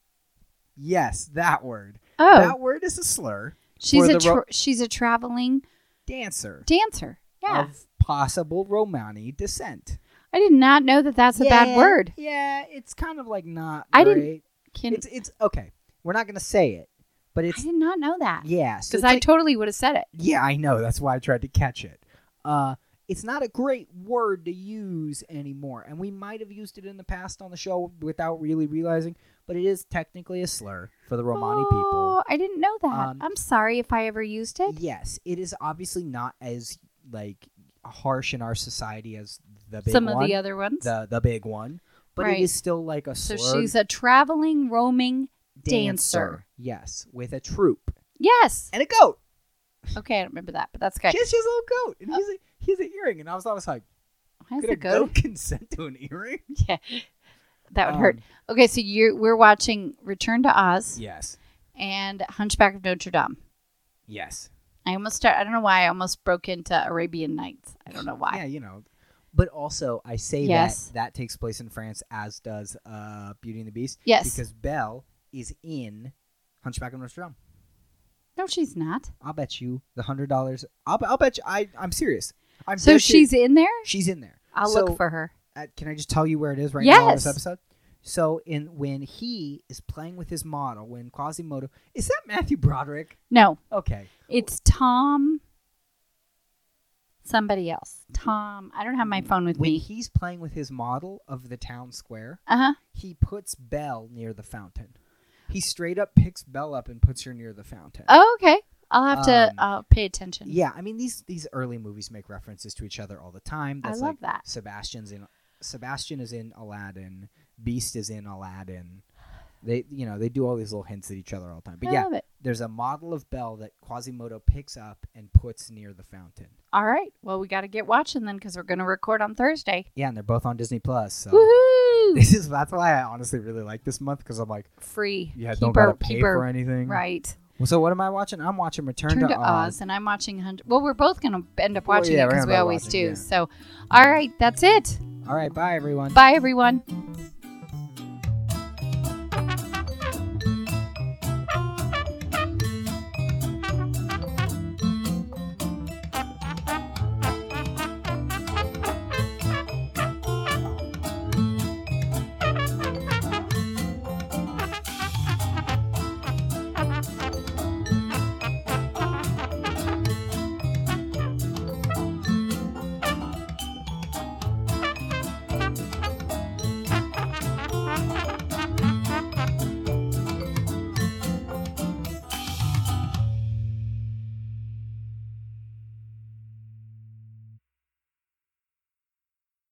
Yes, that word.
Oh,
That word is a slur.
she's
for
a
the ro-
tra- she's a traveling
Dancer
dancer. Yeah,
of possible Romani descent.
I did not know that. That's a bad
Yeah,
word.
Yeah, it's kind of like not.
I didn't-
great.
Can,
It's it's okay. We're not gonna say it, but
I
it's
did not know that
yeah. so
because
it's
I
like-
totally would have said it.
Yeah, I know. That's why I tried to catch it. Uh, it's not a great word to use anymore, and we might have used it in the past on the show without really realizing. But it is technically a slur for the Romani
Oh, I didn't know that.
Um,
I'm sorry if I ever used it.
people. Yes, it is obviously not as like harsh in our society as the big
Some
one,
of the other ones.
the the big one, but
Right.
it is still like a
so
slur.
she's a traveling, roaming. dancer.
Yes, with a troop
Yes.
and a goat.
Okay, I don't remember that, but that's okay.
She has she has a little goat, and he's a, he's an earring, and I was always like,
Why is
could
it
a
goat?
goat consent to an earring?
Yeah, that would
Um,
hurt. Okay, so you're we're watching Return to Oz
Yes.
and Hunchback of Notre Dame.
Yes.
I almost start. I don't know why I almost broke into Arabian Nights. I don't know why.
Yeah, you know. But also, I say
Yes.
that that takes place in France, as does uh, Beauty and the Beast,
yes.
because Belle is in Hunchback of Notre Dame.
no, she's not.
I'll bet you the hundred dollars. I'll, I'll bet you. I, I'm serious. I'm
So
dead
she's
serious.
in there.
she's in there.
I'll
So-
look for her.
Uh, can I just tell you where it is right now in this
Yes.
episode? So in when he is playing with his model, when Quasimodo is that Matthew Broderick?
No,
Okay,
it's Tom. Somebody else. Tom. I don't have my phone with
when
me.
he's playing with his model of the town square,
Uh huh.
he puts Belle near the fountain. He straight up picks Belle up and puts her near the fountain.
Oh, okay. I'll have to
Um,
uh, pay attention.
Yeah, I mean these these early movies make references to each other all the time.
I
That's
love
like
that.
Sebastian's in Sebastian is in Aladdin, Beast is in Aladdin. They you know, they do all these little hints at each other all the time. But
I
yeah,
love it.
there's a model of Belle that Quasimodo picks up and puts near the fountain.
All right. Well, we got to get watching then because we're going to record on Thursday.
Yeah, and they're both on Disney Plus. So
Woohoo!
this is that's why I honestly really like this month because I'm like,
Free.
yeah,
Keep
don't
her-
gotta pay
keep her-
for anything.
Right.
Well, so what am I watching? I'm watching Return,
Turn to Oz, and I'm watching. Hundred. Well, we're both going to end up
Well,
watching
yeah,
it
we're
because
gonna
we
be
always
watching,
do.
yeah.
So, all right. That's it.
All right, bye everyone.
Bye, everyone.